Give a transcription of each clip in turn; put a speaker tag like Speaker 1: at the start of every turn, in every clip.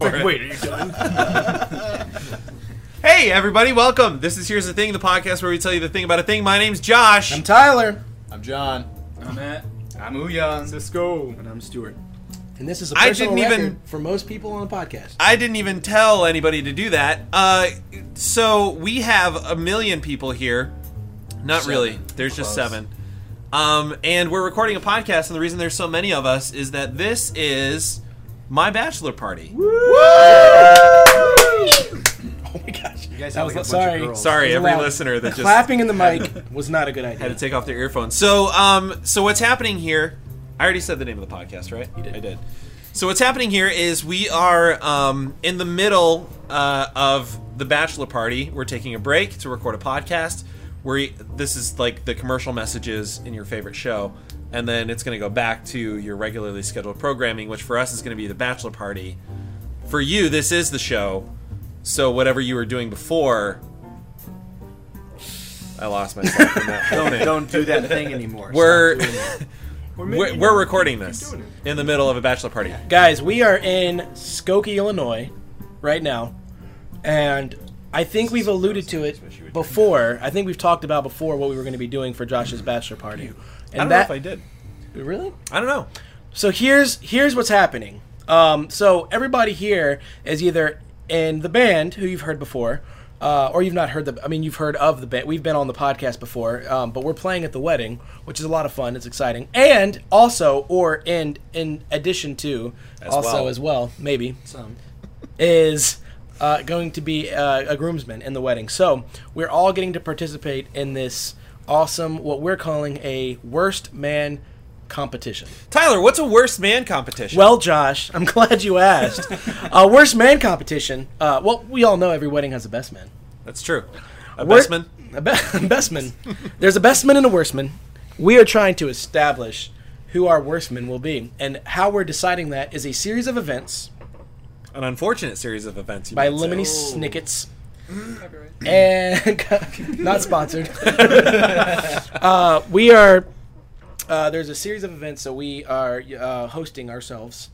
Speaker 1: it.
Speaker 2: Wait, are you done?
Speaker 1: Hey, everybody, welcome. This is Here's the Thing, the podcast where we tell you the thing about a thing. My name's Josh.
Speaker 3: I'm Tyler,
Speaker 4: I'm John.
Speaker 2: I'm at.
Speaker 4: I'm Uyan.
Speaker 2: Cisco.
Speaker 3: and I'm Stuart, and this is a
Speaker 1: I
Speaker 3: personal
Speaker 1: didn't even-
Speaker 3: record for most people on a podcast.
Speaker 1: I didn't even tell anybody to do that. Uh, so we have a million people here. Not really. There's just
Speaker 4: Close.
Speaker 1: seven. Um, and we're recording a podcast, and the reason there's so many of us is that this is my bachelor party.
Speaker 3: Oh my gosh, you that
Speaker 4: guys sound
Speaker 3: was
Speaker 4: like a bunch of
Speaker 3: sorry.
Speaker 4: girls.
Speaker 1: Sorry,
Speaker 3: It was
Speaker 1: every
Speaker 3: loud.
Speaker 1: listener that just
Speaker 3: Clapping in the mic was not a good idea.
Speaker 1: had to take off their earphones. So, um, so what's happening here? I already said the name of the podcast, right? I did. So what's happening here is we are um, in the middle uh, of the bachelor party. We're taking a break to record a podcast. Where this is like the commercial messages in your favorite show, and then it's going to go back to your regularly scheduled programming, which for us is going to be the bachelor party. For you, this is the show. So whatever you were doing before, I lost myself. in that whole
Speaker 4: Don't,
Speaker 1: thing.
Speaker 4: don't do that thing anymore.
Speaker 1: We're
Speaker 4: Stop doing
Speaker 1: we're,
Speaker 4: it.
Speaker 1: we're recording this in the middle of a bachelor party.
Speaker 3: Guys, we are in Skokie, Illinois, right now, and I think we've alluded to it before. I think we've talked about before what we were going to be doing for Josh's bachelor party, and
Speaker 1: I don't
Speaker 3: that
Speaker 1: know if I did.
Speaker 3: really.
Speaker 1: I don't know.
Speaker 3: So here's here's what's happening. Um, so everybody here is either in the band who you've heard before, uh, or you've not heard the. I mean, you've heard of the band. We've been on the podcast before, um, but we're playing at the wedding, which is a lot of fun. It's exciting, and also, or in in addition to, also
Speaker 1: well.
Speaker 3: as well, maybe
Speaker 4: Some.
Speaker 3: is uh, going to be uh, a groomsman in the wedding. So we're all getting to participate in this awesome, what we're calling a worst man competition.
Speaker 1: Tyler, what's a worst man competition?
Speaker 3: Well, Josh, I'm glad you asked. uh, worst man competition. Uh, well, we all know every wedding has a best man.
Speaker 1: that's true. A
Speaker 3: Wor-
Speaker 1: best man.
Speaker 3: A be- best man. There's a best man and a worst man. We are trying to establish who our worst men will be, and how we're deciding that is a series of events
Speaker 1: An unfortunate series of events. You
Speaker 3: by
Speaker 1: might say.
Speaker 3: Lemony Snickets. And not sponsored. uh, we are. Uh, there's a series of events, so we are uh, hosting ourselves.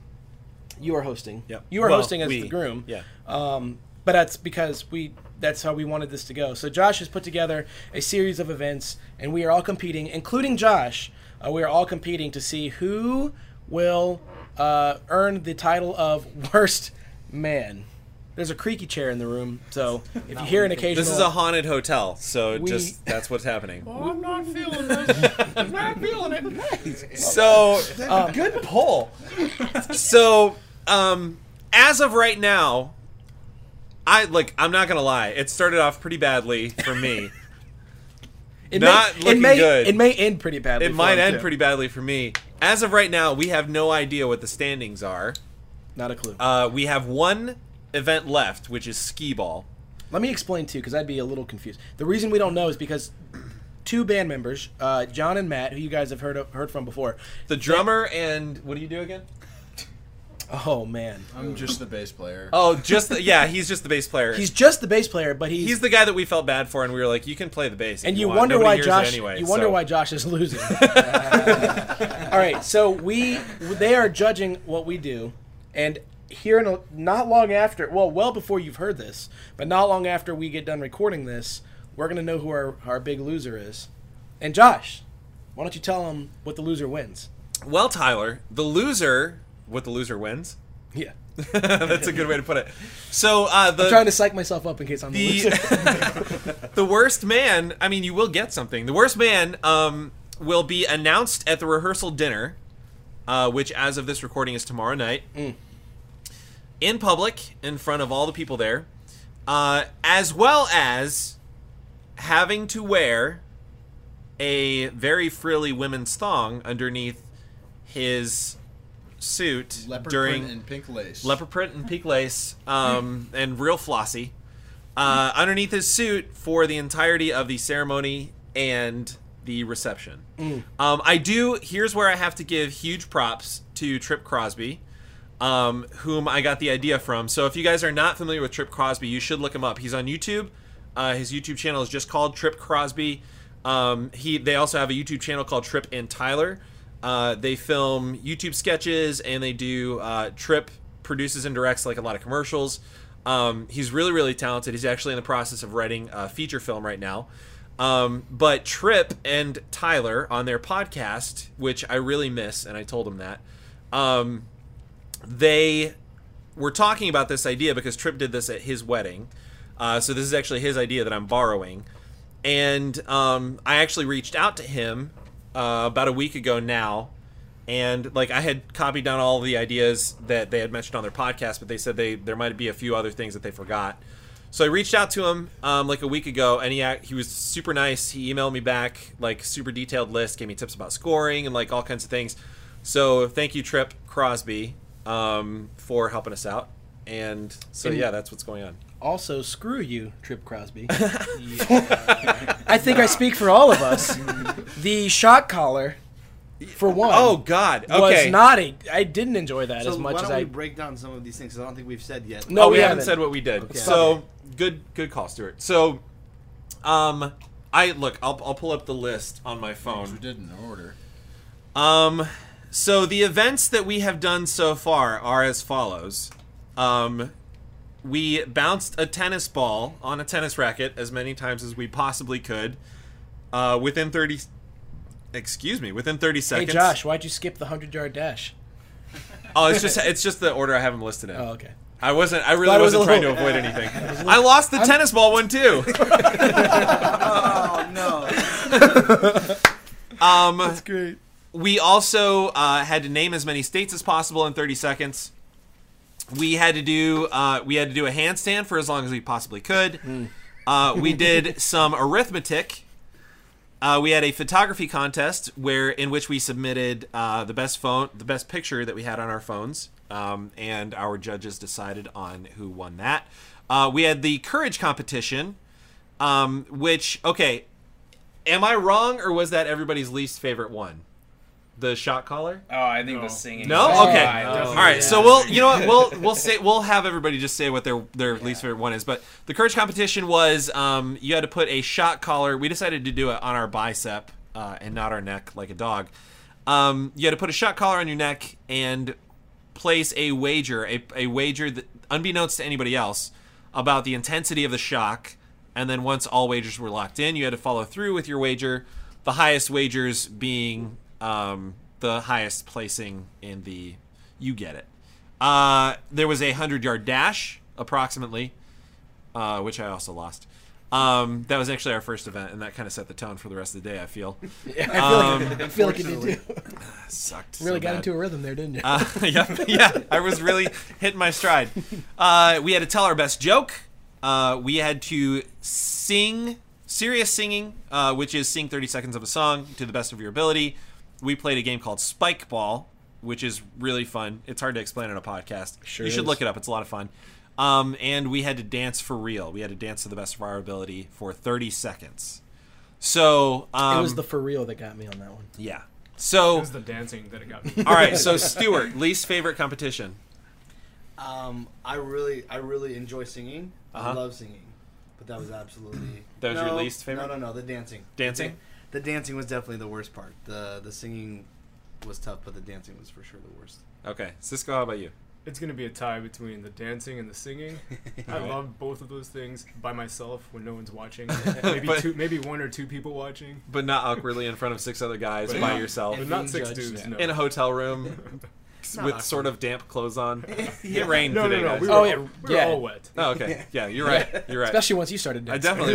Speaker 3: You are hosting.
Speaker 1: Yep.
Speaker 3: You are
Speaker 1: Well,
Speaker 3: hosting as
Speaker 1: we-
Speaker 3: the groom.
Speaker 1: Yeah.
Speaker 3: Um, but that's because we that's how we wanted this to go. So Josh has put together a series of events, and we are all competing, including Josh. Uh, we are all competing to see who will uh, earn the title of worst man. There's a creaky chair in the room, so if you hear an occasional,
Speaker 1: This is a haunted hotel, so
Speaker 3: We-
Speaker 1: just that's what's happening.
Speaker 2: Oh, I'm not feeling this. I'm not feeling it.
Speaker 1: So, um,
Speaker 3: good pull.
Speaker 1: so um, as of right now, I like. I'm not gonna lie. It started off pretty badly for me.
Speaker 3: It
Speaker 1: Not
Speaker 3: may,
Speaker 1: looking
Speaker 3: it may,
Speaker 1: good.
Speaker 3: It may end pretty badly.
Speaker 1: It
Speaker 3: for
Speaker 1: might
Speaker 3: him,
Speaker 1: end
Speaker 3: too.
Speaker 1: pretty badly for me. As of right now, we have no idea what the standings are.
Speaker 3: Not a clue.
Speaker 1: Uh, we have one event left, which is skee ball.
Speaker 3: Let me explain too, because I'd be a little confused. The reason we don't know is because two band members, uh, John and Matt, who you guys have heard of, heard from before.
Speaker 1: The drummer and what do you do again?
Speaker 3: Oh man,
Speaker 4: I'm just the bass player.
Speaker 1: Oh, just the, yeah, he's just the bass player.
Speaker 3: he's just the bass player, but he's,
Speaker 1: he's the guy that we felt bad for, and we were like, "You can play the bass." if
Speaker 3: and you
Speaker 1: want.
Speaker 3: wonder
Speaker 1: Nobody
Speaker 3: why
Speaker 1: hears it
Speaker 3: Josh.
Speaker 1: anyway,
Speaker 3: you wonder
Speaker 1: so-
Speaker 3: why Josh is losing. All right, so we they are judging what we do, and here in a, not long after, well, well before you've heard this, but not long after we get done recording this, we're gonna know who our our big loser is. And Josh, why don't you tell him what the loser wins?
Speaker 1: Well, Tyler, the loser, what the loser wins.
Speaker 3: Yeah.
Speaker 1: That's a good way to put it. So uh, the
Speaker 3: I'm trying to psych myself up in case I'm the loser.
Speaker 1: the, the worst man i mean you will get something the worst man um, will be announced at the rehearsal dinner uh, which as of this recording is tomorrow night
Speaker 4: Mm.
Speaker 1: in public in front of all the people there uh, as well as having to wear a very frilly women's thong underneath his suit
Speaker 4: Leopard
Speaker 1: during
Speaker 4: print and pink lace.
Speaker 1: leopard print and peak lace, um, and real flossy, uh, underneath his suit for the entirety of the ceremony and the reception. Um, I do. Here's where I have to give huge props to Trip Crosby. Um, whom I got the idea from. So, if you guys are not familiar with Trip Crosby, you should look him up. He's on YouTube. Uh, his YouTube channel is just called Trip Crosby. Um, he they also have a YouTube channel called Trip and Tyler. Uh, they film YouTube sketches and they do uh, Trip produces and directs like a lot of commercials. Um, he's really really talented. He's actually in the process of writing a feature film right now. Um, but Trip and Tyler on their podcast, which I really miss, and I told him that. Um, they were talking about this idea because Tripp did this at his wedding. Uh, so this is actually his idea that I'm borrowing. And um, I actually reached out to him uh, about a week ago now. And like I had copied down all the ideas that they had mentioned on their podcast, but they said they there might be a few other things that they forgot. So I reached out to him um, like a week ago, and he ac- he was super nice. He emailed me back like super detailed list, gave me tips about scoring and like all kinds of things. So thank you, Trip Crosby, um, for helping us out. And so
Speaker 3: And-
Speaker 1: yeah, that's what's going on.
Speaker 3: Also, screw you, Trip Crosby. I think I speak for all of us. The shot collar, for one,
Speaker 1: Oh God, okay.
Speaker 3: was not a. I didn't enjoy that
Speaker 5: So
Speaker 3: as much
Speaker 5: why
Speaker 3: as
Speaker 5: don't
Speaker 3: I.
Speaker 5: we break down some of these things? 'cause I don't think we've said yet.
Speaker 3: No,
Speaker 1: oh,
Speaker 3: we
Speaker 1: we, haven't.
Speaker 3: haven't.
Speaker 1: said what we did.
Speaker 5: Okay.
Speaker 1: So good, good call, Stuart. So, um, I look. I'll I'll pull up the list on my
Speaker 4: We
Speaker 1: phone.
Speaker 4: did in order.
Speaker 1: Um, so the events that we have done so far are as follows. Um, we bounced a tennis ball on a tennis racket as many times as we possibly could, uh, within thirty. Excuse me, within thirty
Speaker 3: hey,
Speaker 1: seconds.
Speaker 3: Josh, why'd you skip the hundred yard dash?
Speaker 1: Oh, it's just it's just the order I have them listed in.
Speaker 3: Oh, okay.
Speaker 1: I wasn't. I really
Speaker 3: That was
Speaker 1: wasn't
Speaker 3: a
Speaker 1: trying to
Speaker 3: little-
Speaker 1: avoid anything. I lost the tennis ball one too.
Speaker 5: oh no!
Speaker 1: Um,
Speaker 3: Great.
Speaker 1: we also uh, had to name as many states as possible in 30 seconds. We had to do uh, we had to do a handstand for as long as we possibly could.
Speaker 3: Hmm.
Speaker 1: Uh, we did some arithmetic. Uh, we had a photography contest where in which we submitted uh, the best phone the best picture that we had on our phones, um, and our judges decided on who won that. Uh, we had the courage competition, um, which okay, am I wrong or was that everybody's least favorite one? The shot caller?
Speaker 6: Oh, I think the singing.
Speaker 1: No.
Speaker 6: is-
Speaker 1: Okay.
Speaker 6: Oh, it
Speaker 1: All
Speaker 6: doesn't-
Speaker 1: right. So we'll you know what we'll we'll say we'll have everybody just say what their their least favorite one is. But the courage competition was um, you had to put a shot collar. We decided to do it on our bicep uh, and not our neck like a dog. Um, you had to put a shot collar on your neck and place a wager, a, a wager that unbeknownst to anybody else about the intensity of the shock. And then once all wagers were locked in, you had to follow through with your wager. The highest wagers being um, the highest placing in the you get it. Uh, there was a hundred yard dash approximately, uh, which I also lost. Um, that was actually our first event, and that kind of set the tone for the rest of the day. I feel
Speaker 3: I feel, like,
Speaker 1: Um,
Speaker 3: I feel like you did too.
Speaker 1: sucked.
Speaker 3: Really
Speaker 1: so
Speaker 3: got
Speaker 1: bad.
Speaker 3: into a rhythm there, didn't you?
Speaker 1: Uh, yeah, yeah, I was really hitting my stride. Uh, we had to tell our best joke. Uh, we had to sing serious singing, uh, which is sing 30 seconds of a song to the best of your ability. We played a game called Spike Ball, which is really fun. It's hard to explain on a podcast.
Speaker 3: Sure
Speaker 1: you should
Speaker 3: is.
Speaker 1: look it up. It's a lot of fun. Um, and we had to dance for real. We had to dance to the best of our ability for 30 seconds. So um,
Speaker 3: it was the for real that got me on that one.
Speaker 1: yeah. So
Speaker 2: was the dancing that it got me.
Speaker 1: all right. So Stuart, least favorite competition.
Speaker 5: Um, I really, I really enjoy singing. I
Speaker 1: Uh-huh.
Speaker 5: love singing, but that was absolutely
Speaker 1: That was your
Speaker 5: No,
Speaker 1: least favorite?
Speaker 5: No, no, no. The dancing.
Speaker 1: Dancing?
Speaker 5: The dancing was definitely the worst part. The the singing was tough, but the dancing was for sure the worst.
Speaker 1: Okay, Cisco, how about you?
Speaker 2: It's gonna be a tie between the dancing and the singing. I
Speaker 1: Alright.
Speaker 2: love both of those things by myself when no one's watching. Maybe
Speaker 1: But-
Speaker 2: two, maybe one or two people watching.
Speaker 1: But not awkwardly in front of six other guys
Speaker 2: But
Speaker 1: by
Speaker 2: not-
Speaker 1: yourself
Speaker 2: But
Speaker 5: And
Speaker 2: not
Speaker 5: being
Speaker 2: six
Speaker 5: judged,
Speaker 2: dudes. No.
Speaker 1: in a hotel room
Speaker 5: not
Speaker 1: with sort of damp clothes on. It rained
Speaker 2: no,
Speaker 1: today,
Speaker 2: no, no.
Speaker 1: guys.
Speaker 2: We were,
Speaker 3: Oh,
Speaker 2: all,
Speaker 3: yeah,
Speaker 2: we were
Speaker 3: yeah.
Speaker 2: all wet.
Speaker 1: Oh, okay. Yeah, you're right. You're right.
Speaker 3: Especially once you started
Speaker 1: I
Speaker 3: dancing.
Speaker 1: definitely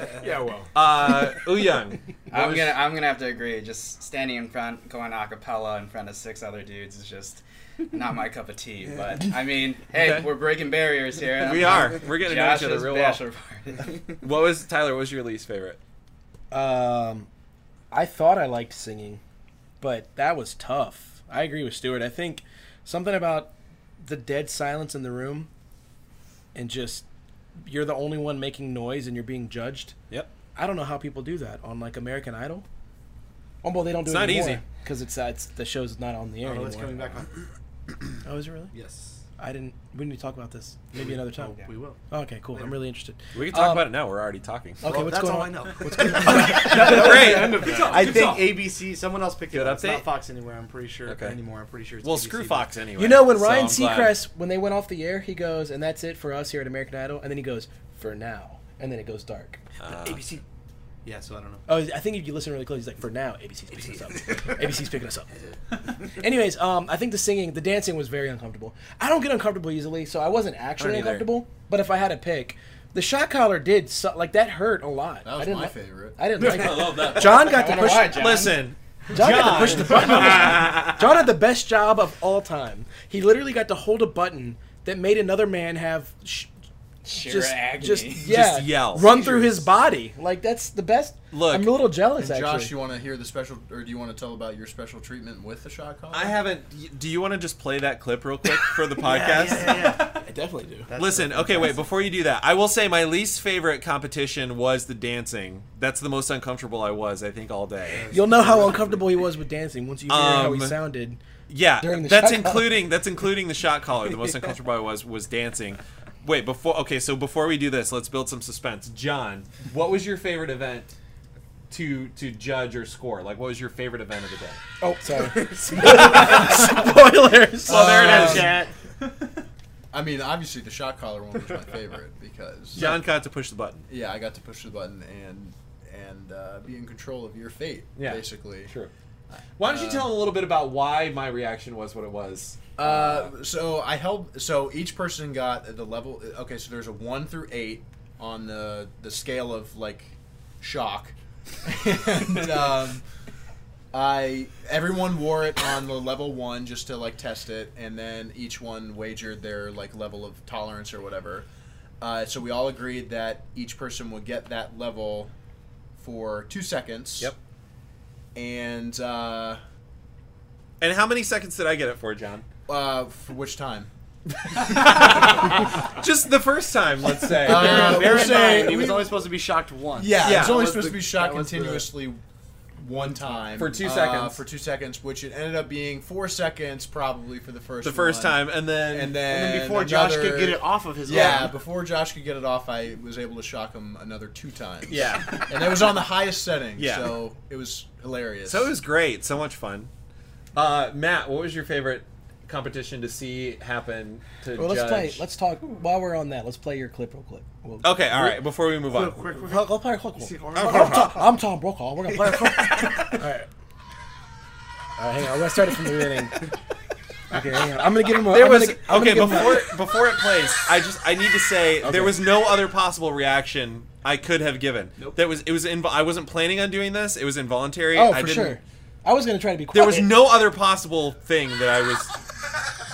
Speaker 1: was.
Speaker 2: Yeah, well,
Speaker 1: Uh, Uyang.
Speaker 6: I'm gonna I'm gonna have to agree. Just standing in front, going a cappella in front of six other dudes is just not my cup of tea. But I mean, hey,
Speaker 1: Okay.
Speaker 6: we're breaking barriers here.
Speaker 1: We are. We're getting to know each other
Speaker 6: Josh's
Speaker 1: real well.
Speaker 6: bachelor party.
Speaker 1: What was Tyler? What was your least favorite?
Speaker 3: Um, I thought I liked singing, but that was tough. I agree with Stuart. I think something about the dead silence in the room, and just you're the only one making noise and you're being judged.
Speaker 1: Yep.
Speaker 3: I don't know how people do that on like American Idol. Oh, well, they don't do
Speaker 1: It's
Speaker 3: it
Speaker 1: not
Speaker 3: anymore
Speaker 1: easy.
Speaker 3: because it's, uh, it's the show's not on the air
Speaker 5: Oh,
Speaker 3: anymore.
Speaker 5: it's coming back on.
Speaker 3: Oh, is it really?
Speaker 5: Yes.
Speaker 3: I didn't. We need to talk about this maybe another time.
Speaker 5: We will.
Speaker 3: Okay, cool. I'm really interested.
Speaker 1: We can talk
Speaker 3: Um,
Speaker 1: about it now. We're already talking.
Speaker 3: Okay,
Speaker 5: Well,
Speaker 3: what's
Speaker 5: that's
Speaker 3: going
Speaker 5: all
Speaker 3: on?
Speaker 5: I know.
Speaker 1: Great.
Speaker 5: I think ABC. Someone else picked it
Speaker 1: Good
Speaker 5: up. It's
Speaker 1: update.
Speaker 5: not Fox anywhere. I'm pretty sure
Speaker 1: Okay.
Speaker 5: anymore. I'm pretty sure. It's
Speaker 1: Well,
Speaker 5: ABC,
Speaker 1: screw
Speaker 5: but-
Speaker 1: Fox anyway.
Speaker 3: You know, when
Speaker 1: so
Speaker 3: Ryan
Speaker 1: I'm glad.
Speaker 3: Seacrest, when they went off the air, he goes, and that's it for us here at American Idol. And then he goes, for now. And then it goes dark.
Speaker 1: Uh,
Speaker 5: ABC. Yeah, so I don't know.
Speaker 3: Oh, I think if you listen really close, he's like, for now, ABC's picking us up. ABC's picking us up. Anyways, um, I think the singing, the dancing was very uncomfortable. I don't get uncomfortable easily, so I wasn't actually
Speaker 1: I don't either.
Speaker 3: uncomfortable. But if I had to pick, the shot collar did su- like that hurt a lot.
Speaker 4: That was
Speaker 3: I didn't
Speaker 4: my
Speaker 3: like,
Speaker 4: favorite.
Speaker 3: I didn't like it.
Speaker 1: I love that.
Speaker 3: John got
Speaker 6: I
Speaker 3: to
Speaker 6: wonder why,
Speaker 3: push.
Speaker 6: John.
Speaker 1: Listen,
Speaker 3: John, got to push the button. John had the best job of all time. He literally got to hold a button that made another man have sh-
Speaker 6: Sheer
Speaker 3: just,
Speaker 6: agony.
Speaker 3: just yeah,
Speaker 1: yell.
Speaker 3: run through his body. Like that's the best.
Speaker 1: Look,
Speaker 3: I'm a little jealous
Speaker 4: And
Speaker 3: actually.
Speaker 4: Josh, you want to hear the special, or do you want to tell about your special treatment with the shot collar?
Speaker 1: I haven't. Do you want to just play that clip real quick for the podcast?
Speaker 5: yeah.
Speaker 2: I definitely do.
Speaker 5: That's
Speaker 1: Listen,
Speaker 5: the-
Speaker 1: okay, wait. Before you do that, I will say my least favorite competition was the dancing. That's the most uncomfortable I was, I think, all day.
Speaker 3: You'll know how uncomfortable he was with dancing once you hear how he
Speaker 1: Um,
Speaker 3: sounded.
Speaker 1: Yeah,
Speaker 3: During the
Speaker 1: that's
Speaker 3: shot collar.
Speaker 1: including that's including the shot collar. The most uncomfortable I was was dancing. Wait, before okay, so before we do this, let's build some suspense. John, what was your favorite event to to judge or score? Like, what was your favorite event of the day?
Speaker 3: Oh, sorry. Spoilers.
Speaker 1: Well, Oh, there it is.
Speaker 4: Um,
Speaker 1: Chat.
Speaker 4: I mean, obviously the shot collar one was my favorite because
Speaker 1: John got to push the button.
Speaker 4: yeah, I got to push the button and and uh, be in control of your fate,
Speaker 1: Yeah.
Speaker 4: basically.
Speaker 1: True. Why don't you tell him a little bit about why my reaction was what it was?
Speaker 4: Uh, so I held. So each person got the level. Okay, so there's a one through eight on the the scale of like shock, and um, I everyone wore it on the level one just to like test it, and then each one wagered their like level of tolerance or whatever. Uh, so we all agreed that each person would get that level for two seconds.
Speaker 1: Yep.
Speaker 4: And uh,
Speaker 1: And how many seconds did I get it for, John?
Speaker 4: uh, for which time?
Speaker 1: Just the first time, let's say.
Speaker 4: Uh,
Speaker 5: Bear
Speaker 4: we're
Speaker 5: in
Speaker 4: saying-
Speaker 5: mind, he was
Speaker 4: we-
Speaker 5: only supposed to be shocked once.
Speaker 4: Yeah,
Speaker 1: Yeah.
Speaker 4: it's only
Speaker 5: That
Speaker 4: supposed
Speaker 5: was
Speaker 4: to
Speaker 5: the-
Speaker 4: be shot
Speaker 5: that was the-
Speaker 4: continuously one time
Speaker 1: For two
Speaker 4: uh,
Speaker 1: seconds.
Speaker 4: for two seconds, which it ended up being four seconds probably for the first
Speaker 1: the first
Speaker 4: one.
Speaker 1: time, and then
Speaker 4: and then
Speaker 5: And then before Josh could
Speaker 4: another-
Speaker 5: get it off of his
Speaker 4: Yeah,
Speaker 5: arm.
Speaker 4: before Josh could get it off, I was able to shock him another two times.
Speaker 1: yeah.
Speaker 4: and it was on the highest setting,
Speaker 1: Yeah.
Speaker 4: so it was hilarious.
Speaker 1: so it was great, so much fun. Uh, Matt, what was your favorite competition to see happen to
Speaker 3: Well, let's
Speaker 1: judge?
Speaker 3: play. Let's talk while we're on that. Let's play your clip real quick. We'll,
Speaker 1: okay, all right. Before we move on,
Speaker 3: We'll, we'll play a clip.
Speaker 5: See,
Speaker 3: real
Speaker 5: Horror-
Speaker 3: quick. I'm, Tom, I'm Tom Brokaw. We're gonna play a clip. all right. All right, hang on. We're gonna start it from the beginning. Okay, hang on. I'm gonna give him. A,
Speaker 1: there
Speaker 3: I'm
Speaker 1: was
Speaker 3: gonna, I'm
Speaker 1: okay
Speaker 3: gonna give him a-
Speaker 1: before before it plays. I just I need to say there was no other possible reaction I could have given.
Speaker 5: Nope.
Speaker 1: That was it was invo- I wasn't planning on doing this. It was involuntary.
Speaker 3: Oh,
Speaker 1: I
Speaker 3: for
Speaker 1: didn't,
Speaker 3: sure. I was gonna try to be quiet.
Speaker 1: There was no other possible thing that I was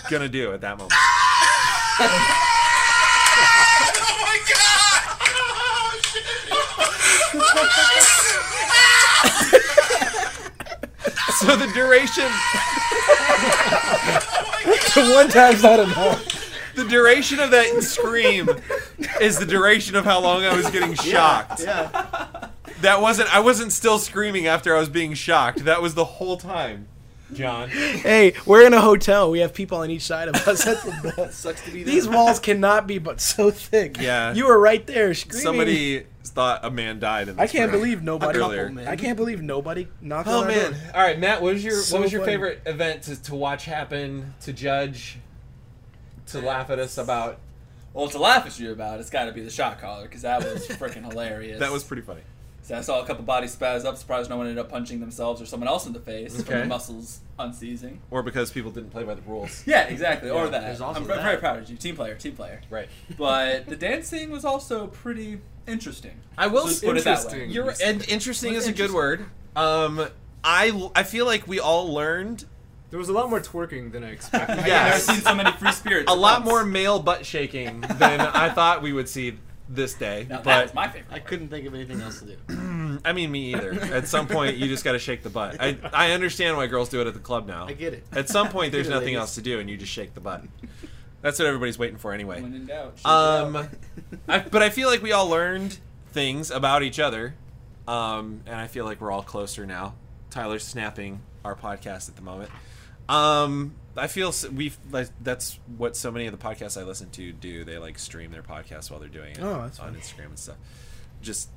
Speaker 1: gonna do at that moment. So the duration,
Speaker 3: one time's not enough.
Speaker 1: the duration of that scream is the duration of how long I was getting shocked.
Speaker 5: Yeah.
Speaker 1: That wasn't. I wasn't still screaming after I was being shocked. That was the whole time. John.
Speaker 3: Hey, we're in a hotel. We have people on each side of us. That's the best.
Speaker 5: Sucks to be there.
Speaker 3: These walls cannot be but so thick.
Speaker 1: Yeah.
Speaker 3: You were right there screaming.
Speaker 1: Somebody thought a man died in. This
Speaker 3: I can't
Speaker 1: room.
Speaker 3: believe nobody.
Speaker 1: Earlier.
Speaker 5: man.
Speaker 3: I can't believe nobody knocked
Speaker 1: Oh
Speaker 3: on our
Speaker 1: man!
Speaker 3: door.
Speaker 1: All right, Matt. What was your
Speaker 3: So
Speaker 1: What was your
Speaker 3: funny.
Speaker 1: favorite event to, to watch happen? To judge? To laugh at us about?
Speaker 7: Well, to laugh at you about, it's got to be the shot collar because that was freaking hilarious.
Speaker 1: That was pretty funny.
Speaker 7: So I saw a couple bodies spaz up. Surprised no one ended up punching themselves or someone else in the face from
Speaker 1: Okay.
Speaker 7: the muscles unseizing.
Speaker 1: Or because people didn't play by the rules.
Speaker 7: Yeah, exactly. or
Speaker 5: Yeah,
Speaker 7: that.
Speaker 5: there's also
Speaker 7: I'm ve-
Speaker 5: that.
Speaker 7: very proud of you, team player, team player.
Speaker 1: Right.
Speaker 7: But the dancing was also pretty interesting.
Speaker 1: I will.
Speaker 7: Let's
Speaker 1: s-
Speaker 7: put it that way.
Speaker 2: Interesting.
Speaker 1: You're and interesting
Speaker 7: Was
Speaker 1: is a good word. Um, I I feel like we all learned
Speaker 2: There was a lot more twerking than I expected.
Speaker 1: Yeah.
Speaker 7: I've never seen so many free spirits.
Speaker 1: a
Speaker 7: at
Speaker 1: lot
Speaker 7: once.
Speaker 1: more male butt shaking than I thought we would see this day.
Speaker 7: Now, that
Speaker 1: but
Speaker 7: was my favorite.
Speaker 5: I couldn't think of anything else to do.
Speaker 1: I mean, me either. At some point, you just got to shake the butt. I I understand why girls do it at the club now.
Speaker 5: I get it.
Speaker 1: At some point, there's
Speaker 5: Get it,
Speaker 1: nothing
Speaker 5: ladies.
Speaker 1: else to do, and you just shake the butt. That's what everybody's waiting for anyway.
Speaker 7: When in doubt, shake it
Speaker 1: Um,
Speaker 7: out.
Speaker 1: I, but I feel like we all learned things about each other, um, and I feel like we're all closer now. Tyler's snapping our podcast at the moment. Um, I feel s- we've like that's what so many of the podcasts I listen to do. They like stream their podcasts while they're doing it
Speaker 3: Oh, that's
Speaker 1: on
Speaker 3: fine.
Speaker 1: Instagram and stuff. Just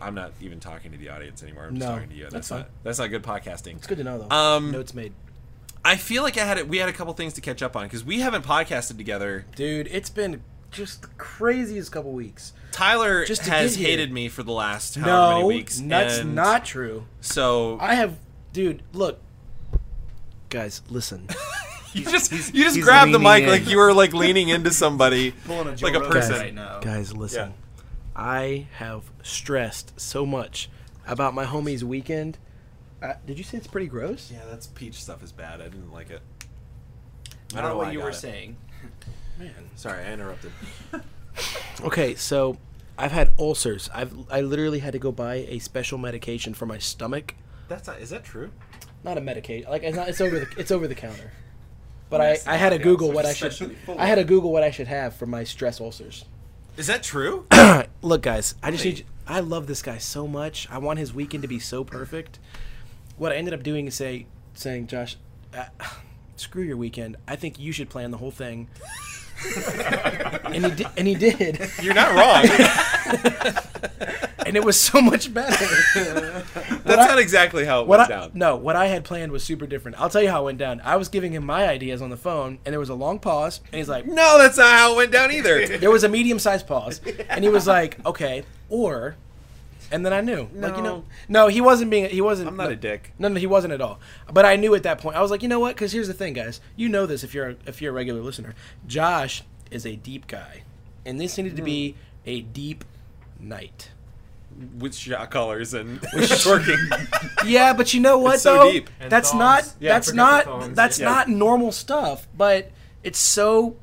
Speaker 1: I'm not even talking to the audience anymore. I'm just
Speaker 3: No,
Speaker 1: talking to you.
Speaker 3: that's
Speaker 1: That's,
Speaker 3: fine.
Speaker 1: not that's not good podcasting.
Speaker 3: It's good to know though.
Speaker 1: Um,
Speaker 3: Notes made,
Speaker 1: I feel like I had we had a couple things to catch up on because we haven't podcasted together.
Speaker 3: dude. It's been just the craziest couple weeks.
Speaker 1: Tyler
Speaker 3: Just to
Speaker 1: has
Speaker 3: get here.
Speaker 1: hated me for the last however
Speaker 3: No,
Speaker 1: many weeks.
Speaker 3: that's
Speaker 1: and
Speaker 3: not true.
Speaker 1: So
Speaker 3: I have, dude. Look, guys, listen.
Speaker 1: you just you just
Speaker 5: he's
Speaker 1: grabbed the mic
Speaker 5: leaning in.
Speaker 1: like you were like leaning into somebody.
Speaker 5: Pulling a Joe
Speaker 1: Like a
Speaker 5: Rogan
Speaker 1: person.
Speaker 5: right now.
Speaker 3: Guys, listen. I have stressed so much about my homie's weekend. Uh, did you say it's pretty gross?
Speaker 1: Yeah, that's peach stuff is bad. I didn't like it. I
Speaker 4: Not
Speaker 1: don't know why I
Speaker 4: what you
Speaker 1: got
Speaker 4: were
Speaker 1: it.
Speaker 4: saying.
Speaker 3: Man.
Speaker 1: Sorry, I interrupted.
Speaker 3: Okay, so I've had ulcers. I've I literally had to go buy a special medication for my stomach.
Speaker 1: That's not, is that true?
Speaker 3: Not a medication. Like it's not. It's over the. It's over the counter. But I,
Speaker 7: Yes,
Speaker 3: I had to
Speaker 7: yeah,
Speaker 3: Google
Speaker 7: so
Speaker 3: what I
Speaker 7: it's
Speaker 3: should.
Speaker 7: especially full.
Speaker 3: I had to Google what I should have for my stress ulcers.
Speaker 1: Is that true?
Speaker 3: Look, guys, I just
Speaker 1: Hey.
Speaker 3: need. you- I love this guy so much. I want his weekend to be so perfect. What I ended up doing is say, saying, Josh, uh, screw your weekend. I think you should plan the whole thing. and he di- and he did,
Speaker 1: You're not wrong.
Speaker 3: and it was so much better. What
Speaker 1: That's
Speaker 3: I-
Speaker 1: not exactly how it
Speaker 3: What
Speaker 1: went
Speaker 3: I,
Speaker 1: down.
Speaker 3: no, what I had planned was super different. I'll tell you how it went down. I was giving him my ideas on the phone, and there was a long pause, and he's like,
Speaker 1: No, that's not how it went down either.
Speaker 3: there was a medium sized pause, and he was like, "Okay, or," and then I knew, like you know, no, he wasn't being, he wasn't.
Speaker 1: I'm not
Speaker 3: no,
Speaker 1: a dick.
Speaker 3: No, no, he wasn't at all. But I knew at that point. I was like, you know what? Because here's the thing, guys. You know this if you're a, if you're a regular listener. Josh is a deep guy, and this needed to be
Speaker 1: Hmm.
Speaker 3: a deep night.
Speaker 1: With shot collars and twerking.
Speaker 3: Yeah, but you know what
Speaker 1: so
Speaker 3: though?
Speaker 1: deep.
Speaker 2: And
Speaker 3: That's
Speaker 2: thongs.
Speaker 3: not
Speaker 2: Yeah, I
Speaker 3: that's
Speaker 2: forgot
Speaker 3: not
Speaker 2: the thongs.
Speaker 3: that's
Speaker 1: Yeah.
Speaker 3: not normal stuff, but it's so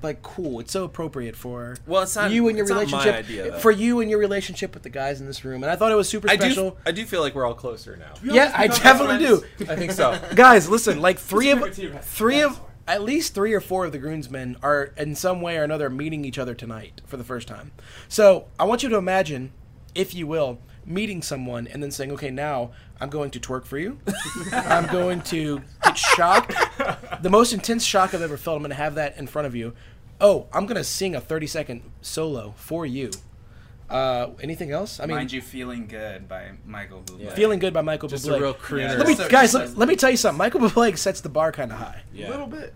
Speaker 3: like cool. It's so appropriate for
Speaker 1: Well, it's not-
Speaker 3: you and your
Speaker 1: it's not my
Speaker 3: relationship
Speaker 1: idea, though.
Speaker 3: for you and your relationship with the guys in this room. And I thought it was super
Speaker 1: I
Speaker 3: special.
Speaker 1: do. I do feel like we're all closer now.
Speaker 3: yeah, I definitely do.
Speaker 1: I think so.
Speaker 3: guys, listen, like three of three of at least three or four of the groomsmen are in some way or another meeting each other tonight for the first time. So I want you to imagine, if you will, meeting someone and then saying, "Okay, now I'm going to twerk for you. I'm going to get shocked, the most intense shock I've ever felt. I'm going to have that in front of you. Oh, I'm going to sing a 30 second solo for you. Uh, anything else? I mean,
Speaker 6: Mind you, feeling good by Michael Bublé.
Speaker 3: feeling good by Michael
Speaker 1: Just
Speaker 3: Bublé.
Speaker 1: a real crooner.
Speaker 6: Yeah.
Speaker 3: Let me,
Speaker 6: So-
Speaker 3: guys,
Speaker 6: so-
Speaker 3: let, let me tell you something. Michael Bublé sets the bar kind of high.
Speaker 1: Yeah.
Speaker 5: A little bit.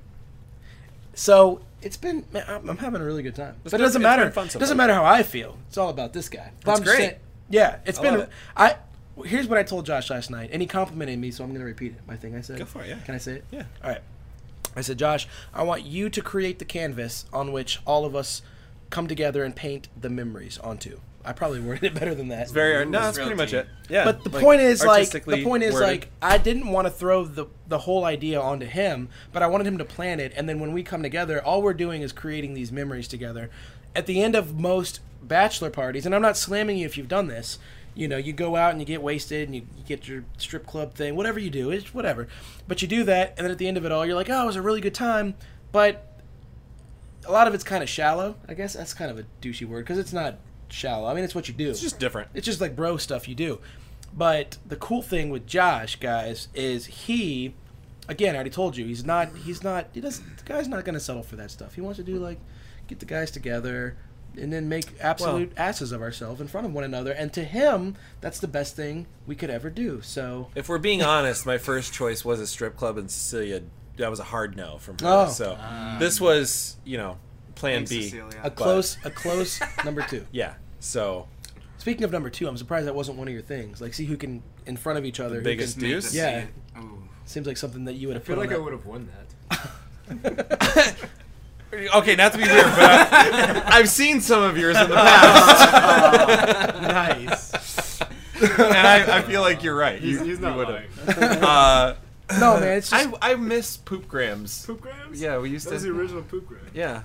Speaker 3: So it's been. man, I'm I'm having a really good time. but
Speaker 1: been-
Speaker 3: it doesn't
Speaker 1: it's
Speaker 3: matter.
Speaker 1: been fun
Speaker 3: it
Speaker 1: so
Speaker 3: doesn't
Speaker 1: far.
Speaker 3: matter how I feel. It's all about this guy. But
Speaker 1: That's
Speaker 3: I'm just
Speaker 1: great.
Speaker 3: saying- yeah, it's
Speaker 1: I
Speaker 3: been.
Speaker 1: love it.
Speaker 3: I here's what I told Josh last night, and he complimented me, so I'm gonna repeat it. My thing I said.
Speaker 1: Go for it, yeah.
Speaker 3: Can I say it?
Speaker 1: Yeah.
Speaker 3: All right. I said, Josh, I want you to create the canvas on which all of us come together and paint the memories onto. I probably worded it better than that.
Speaker 1: It's very. No, that's
Speaker 6: real
Speaker 1: pretty much
Speaker 6: deep.
Speaker 1: it. Yeah.
Speaker 3: But the
Speaker 1: like,
Speaker 3: point is, like, the
Speaker 1: artistically
Speaker 3: point is,
Speaker 1: worded.
Speaker 3: like, I didn't want to throw the the whole idea onto him, but I wanted him to plan it. And then when we come together, all we're doing is creating these memories together. At the end of most bachelor parties, and I'm not slamming you if you've done this. You know, you go out and you get wasted and you, you get your strip club thing, whatever you do, it's whatever. But you do that, and then at the end of it all, you're like, oh, it was a really good time, but a lot of it's kind of shallow. I guess that's kind of a douchey word because it's not shallow. I mean, it's what you do.
Speaker 1: it's just different.
Speaker 3: It's just like bro stuff you do. But the cool thing with Josh, guys, is he again, I already told you, he's not he's not he doesn't the guy's not gonna settle for that stuff. He wants to do like get the guys together and then make absolute asses of ourselves in front of one another. And to him, that's the best thing we could ever do. So
Speaker 1: If we're being honest, my first choice was a strip club in Sicilia. That was a hard no from her.
Speaker 3: Oh.
Speaker 1: So this was, you know, Plan
Speaker 6: Thanks,
Speaker 1: B.
Speaker 6: Cecilia.
Speaker 3: a close a close number two.
Speaker 1: Yeah. So
Speaker 3: Speaking of number two, I'm surprised that wasn't one of your things. Like see who can in front of each other. who
Speaker 1: biggest
Speaker 3: can-
Speaker 6: Make
Speaker 1: deuce.
Speaker 6: them
Speaker 3: Yeah.
Speaker 6: see
Speaker 1: Uh,
Speaker 6: it. Ooh.
Speaker 3: seems like something that you would have
Speaker 2: I feel
Speaker 3: put
Speaker 2: like I
Speaker 3: on
Speaker 2: would have won that.
Speaker 1: Okay, not to be weird, but I, I've seen some of yours in the past,
Speaker 5: Nice.
Speaker 1: and I, I feel like you're right.
Speaker 2: He's,
Speaker 1: You-
Speaker 2: he's
Speaker 1: you
Speaker 2: not
Speaker 1: would've.
Speaker 2: lying.
Speaker 1: Uh,
Speaker 3: that. No man, it's just
Speaker 1: I I miss poop grams.
Speaker 2: Poop grams?
Speaker 1: Yeah, we used
Speaker 2: That was
Speaker 1: to.
Speaker 2: the original poop gram.
Speaker 1: Yeah.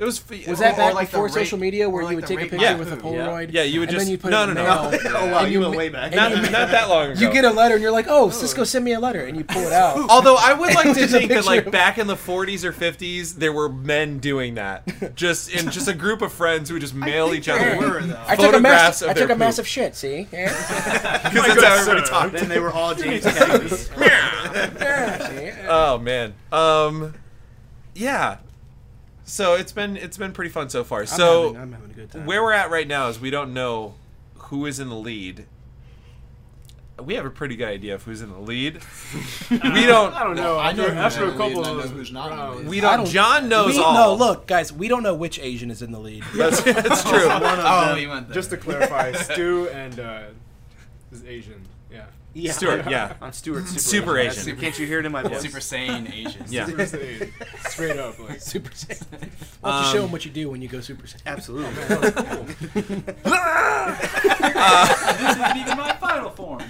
Speaker 1: It was. f-
Speaker 3: Was
Speaker 1: oh,
Speaker 3: that
Speaker 4: Or
Speaker 3: back
Speaker 4: like the
Speaker 3: before
Speaker 4: rate-
Speaker 3: social media, where
Speaker 4: or like
Speaker 3: you would
Speaker 4: the
Speaker 3: take a
Speaker 4: rate
Speaker 3: picture
Speaker 1: by
Speaker 3: with a
Speaker 4: poo,
Speaker 1: yeah.
Speaker 3: Polaroid?
Speaker 1: Yeah, you would
Speaker 3: and
Speaker 1: just-
Speaker 3: then you put
Speaker 1: no,
Speaker 3: it in
Speaker 1: no,
Speaker 3: the
Speaker 1: no.
Speaker 3: mail.
Speaker 4: Oh wow,
Speaker 3: And
Speaker 4: you
Speaker 3: you
Speaker 4: went
Speaker 3: ma-
Speaker 4: way back.
Speaker 1: Not, not that long ago.
Speaker 3: You get a letter, and you're like, "Oh, Cisco sent me a letter," and you pull it out.
Speaker 1: Although I would like to
Speaker 3: Just a
Speaker 1: think that, like
Speaker 3: picture of-
Speaker 1: back in the 40s or 50s, there were men doing that, just in just a group of friends who would just mail each other.
Speaker 4: There were, though.
Speaker 3: I took a
Speaker 1: photographs
Speaker 3: massive,
Speaker 1: of
Speaker 3: I took
Speaker 1: their
Speaker 3: a
Speaker 1: poop.
Speaker 3: massive shit. See, yeah,
Speaker 1: 'Cause that's how everybody talked.
Speaker 4: Then they were all James Kennedys.
Speaker 3: yeah, see? yeah.
Speaker 1: Oh man. Um, yeah. So it's been it's been pretty fun so far.
Speaker 5: I'm
Speaker 1: so
Speaker 5: having, I'm having a good time.
Speaker 1: where we're at right now is we don't know who is in the lead. We have a pretty good idea of who's in the lead. we don't.
Speaker 2: I don't know.
Speaker 4: I know
Speaker 2: after,
Speaker 4: who's
Speaker 2: after
Speaker 4: in
Speaker 2: a
Speaker 4: the lead
Speaker 2: couple
Speaker 4: and I know
Speaker 2: of
Speaker 4: who's not in the lead.
Speaker 1: We
Speaker 3: I
Speaker 1: don't.
Speaker 3: don't-
Speaker 1: John knows
Speaker 3: We, no,
Speaker 1: all.
Speaker 3: look, guys, we don't know which Asian is in the lead.
Speaker 1: That's, that's true.
Speaker 6: Oh, you went there.
Speaker 2: just to clarify, Stu and uh, is Asian. Yeah.
Speaker 3: Yeah.
Speaker 1: Stuart. Yeah.
Speaker 5: I'm Stuart Super,
Speaker 1: Super
Speaker 5: That's
Speaker 1: Asian.
Speaker 5: super- Can't you hear it in my voice?
Speaker 6: Super Saiyan Asian.
Speaker 1: Yeah.
Speaker 2: Super Saiyan. Straight up, like
Speaker 3: Super Saiyan. Why
Speaker 1: Um,
Speaker 3: don't you show them what you do when you go Super Saiyan?
Speaker 5: Absolutely.
Speaker 1: Uh,
Speaker 7: this isn't even my final form.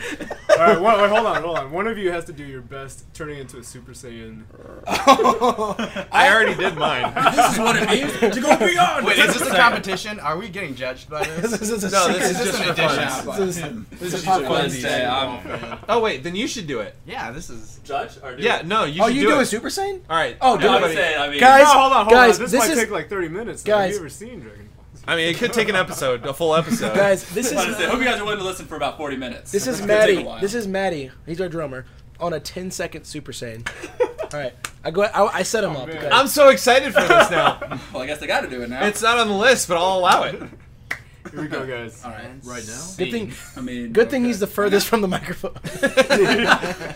Speaker 2: All right, one, wait, hold on, hold on. One of you has to do your best turning into a Super Saiyan.
Speaker 1: I already did mine.
Speaker 3: This is what it means to go beyond.
Speaker 6: Wait, is this a competition? Are we getting judged by this?
Speaker 3: This is a
Speaker 1: No,
Speaker 3: secret-
Speaker 1: this is just
Speaker 6: an
Speaker 1: for
Speaker 6: addition.
Speaker 1: fun.
Speaker 3: This is, this is hot fun.
Speaker 7: Wednesday, I'm
Speaker 1: Oh wait, then you should do it.
Speaker 6: Yeah, this is.
Speaker 7: judge or do
Speaker 1: Yeah. No, you
Speaker 3: Oh,
Speaker 1: should
Speaker 3: you
Speaker 1: do,
Speaker 3: do a
Speaker 1: it.
Speaker 3: Super Saiyan?
Speaker 1: all right.
Speaker 3: Oh,
Speaker 7: No, I'm
Speaker 1: everybody-
Speaker 7: saying, I mean,
Speaker 3: Guys,
Speaker 2: no, hold on, hold
Speaker 3: guys,
Speaker 2: on. This,
Speaker 3: this
Speaker 2: might
Speaker 3: is-
Speaker 2: take like 30 minutes.
Speaker 3: Guys.
Speaker 2: have you ever seen Dragon Ball?
Speaker 1: I mean, it could take an episode, a full episode.
Speaker 3: Guys, this
Speaker 7: I just- I
Speaker 3: is
Speaker 7: hope you guys are willing to listen for about 40 minutes.
Speaker 3: this is
Speaker 7: It's gonna take a
Speaker 3: Maddie.
Speaker 7: while.
Speaker 3: This is Maddie. He's our drummer on a 10 second Super Saiyan. All right, I go. I, I set
Speaker 7: Oh,
Speaker 3: him up.
Speaker 2: man.
Speaker 3: guys.
Speaker 1: I'm so excited for this now.
Speaker 7: Well, I guess I got to do it now.
Speaker 1: It's not on the list, but I'll allow it.
Speaker 2: Here we go, guys.
Speaker 7: all right.
Speaker 4: Right now?
Speaker 3: Good thing-
Speaker 7: I mean,
Speaker 3: Good thing
Speaker 7: okay.
Speaker 3: he's the furthest from the microphone.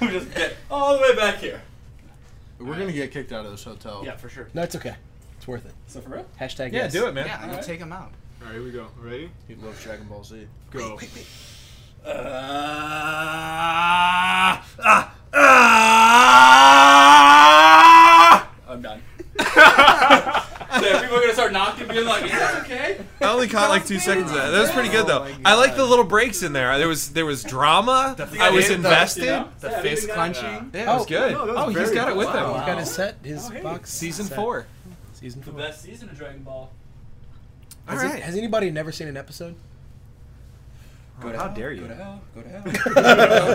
Speaker 7: we just get all the way back here.
Speaker 4: We're gonna get kicked out of this hotel.
Speaker 5: yeah, for sure.
Speaker 3: no, it's okay. It's worth it.
Speaker 7: So for real?
Speaker 3: Hashtag
Speaker 1: Yeah,
Speaker 3: yes.
Speaker 1: do it, man.
Speaker 6: Yeah, I'm gonna
Speaker 7: Alright.
Speaker 6: take him out.
Speaker 2: All right, here we go. Ready?
Speaker 4: He loves Dragon Ball Z.
Speaker 2: Go.
Speaker 7: Ah, ah, ah. I'm done.
Speaker 1: ah.
Speaker 7: so if people are gonna start knocking, being like, "Is this okay?"
Speaker 1: I only caught like two seconds of that. That was pretty good though. I like the little breaks in there. There was there was drama. I was
Speaker 7: Yeah,
Speaker 1: invested.
Speaker 7: you
Speaker 1: Yeah,
Speaker 7: know?
Speaker 6: The
Speaker 7: Yeah,
Speaker 6: fist
Speaker 7: everything
Speaker 6: clenching.
Speaker 7: got-
Speaker 1: it was
Speaker 3: Oh,
Speaker 1: good.
Speaker 2: no, that was
Speaker 1: oh, he's
Speaker 2: very
Speaker 1: got it with
Speaker 2: good.
Speaker 1: him.
Speaker 3: He's
Speaker 7: Wow.
Speaker 3: got his set.
Speaker 7: Oh,
Speaker 3: His box.
Speaker 1: Season
Speaker 3: set.
Speaker 1: four.
Speaker 3: Season
Speaker 7: The
Speaker 3: four.
Speaker 7: best season of Dragon Ball.
Speaker 1: All
Speaker 3: Has, it-
Speaker 1: right.
Speaker 3: has anybody never seen an episode?
Speaker 7: Go to
Speaker 1: How
Speaker 7: hell,
Speaker 1: dare
Speaker 7: Go to
Speaker 1: you?
Speaker 7: hell. Go to hell.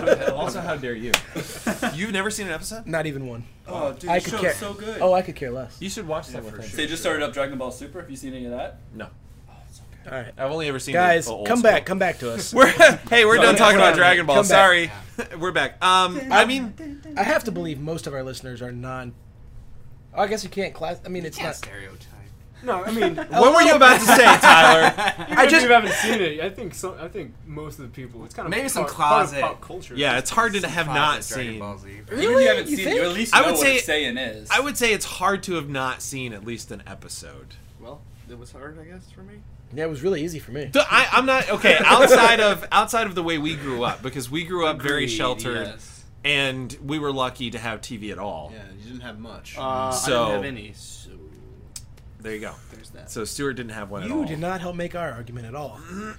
Speaker 7: Go to hell.
Speaker 1: Also, how dare you? You've never seen an episode?
Speaker 3: Not even one.
Speaker 7: oh, dude,
Speaker 3: I
Speaker 7: the
Speaker 3: could
Speaker 7: show's
Speaker 3: care-
Speaker 7: so good.
Speaker 3: Oh, I could care less.
Speaker 1: You should watch that with
Speaker 7: They
Speaker 1: him.
Speaker 7: just started up Dragon Ball Super. Have you seen any of that?
Speaker 1: No,
Speaker 3: All right,
Speaker 1: I've only ever seen the-
Speaker 3: guys,
Speaker 1: the old
Speaker 3: come
Speaker 1: school.
Speaker 3: back. Come back to us.
Speaker 1: We're hey, we're
Speaker 7: No,
Speaker 1: done
Speaker 7: yeah,
Speaker 1: talking about
Speaker 7: sorry.
Speaker 1: Dragon Ball.
Speaker 3: Come back.
Speaker 1: Sorry, we're back. Um, I mean,
Speaker 3: I have to believe most of our listeners are non. Oh, I guess you can't class. I mean, it's
Speaker 6: Yeah,
Speaker 3: not.
Speaker 6: stereotype.
Speaker 2: No, I mean, even
Speaker 1: what were you about to say, Tyler?
Speaker 2: I
Speaker 3: just-
Speaker 2: just if you haven't seen it. I think some. I think most of the people. It's kind of
Speaker 6: Maybe some
Speaker 2: part, part of
Speaker 6: closet.
Speaker 2: pop culture.
Speaker 1: Yeah, it's hard to have not
Speaker 6: Dragon
Speaker 1: seen.
Speaker 6: Ball Z.
Speaker 7: Even if you haven't seen it,
Speaker 3: think?
Speaker 7: you at least
Speaker 1: I
Speaker 7: know
Speaker 1: would
Speaker 7: what
Speaker 1: say-
Speaker 7: a Saiyan is.
Speaker 1: I would say it's hard to have not seen at least an episode.
Speaker 5: Well, it was hard, I guess, for me.
Speaker 3: Yeah, it was really easy for me.
Speaker 1: So I, I'm not okay. Outside of outside of the way we grew up, because we grew up very
Speaker 5: Agreed,
Speaker 1: sheltered,
Speaker 5: yes.
Speaker 1: and we were lucky to have TV at all.
Speaker 4: Yeah, you didn't have much.
Speaker 5: Uh,
Speaker 1: So-
Speaker 5: I didn't have any, so
Speaker 1: There you go.
Speaker 5: there's that.
Speaker 1: So Stuart didn't have one at all.
Speaker 3: You did not help make our argument at all.
Speaker 1: Mm.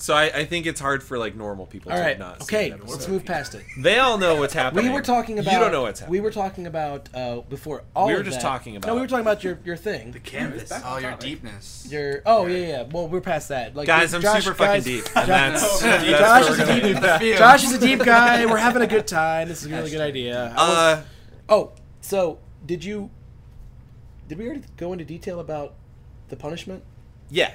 Speaker 1: So I, I think it's hard for like normal people
Speaker 3: All
Speaker 1: to
Speaker 3: right,
Speaker 1: have not.
Speaker 3: okay,
Speaker 1: seen an
Speaker 3: let's
Speaker 1: episode.
Speaker 3: move past it.
Speaker 1: They all know what's happening.
Speaker 3: We were talking about.
Speaker 1: You don't know what's happening.
Speaker 3: We were talking about uh, before all.
Speaker 1: We were
Speaker 3: of
Speaker 1: just
Speaker 3: that-
Speaker 1: talking
Speaker 3: No,
Speaker 1: about-
Speaker 3: we were talking about your your thing.
Speaker 5: The canvas.
Speaker 6: Oh, your deepness.
Speaker 3: Your oh yeah yeah. Well, we're past that. Like
Speaker 1: guys. I'm
Speaker 3: Josh-
Speaker 1: super
Speaker 3: guys-
Speaker 1: fucking deep,
Speaker 3: Josh,
Speaker 1: and that's, that's where
Speaker 3: Josh
Speaker 1: we're
Speaker 3: is a
Speaker 1: gonna
Speaker 3: deep
Speaker 1: end.
Speaker 6: The feel.
Speaker 3: Josh is a deep guy. We're having a good time. This is a really good idea. I was-
Speaker 1: Uh,
Speaker 3: oh, so did you? Did we already go into detail about the punishment?
Speaker 1: yeah,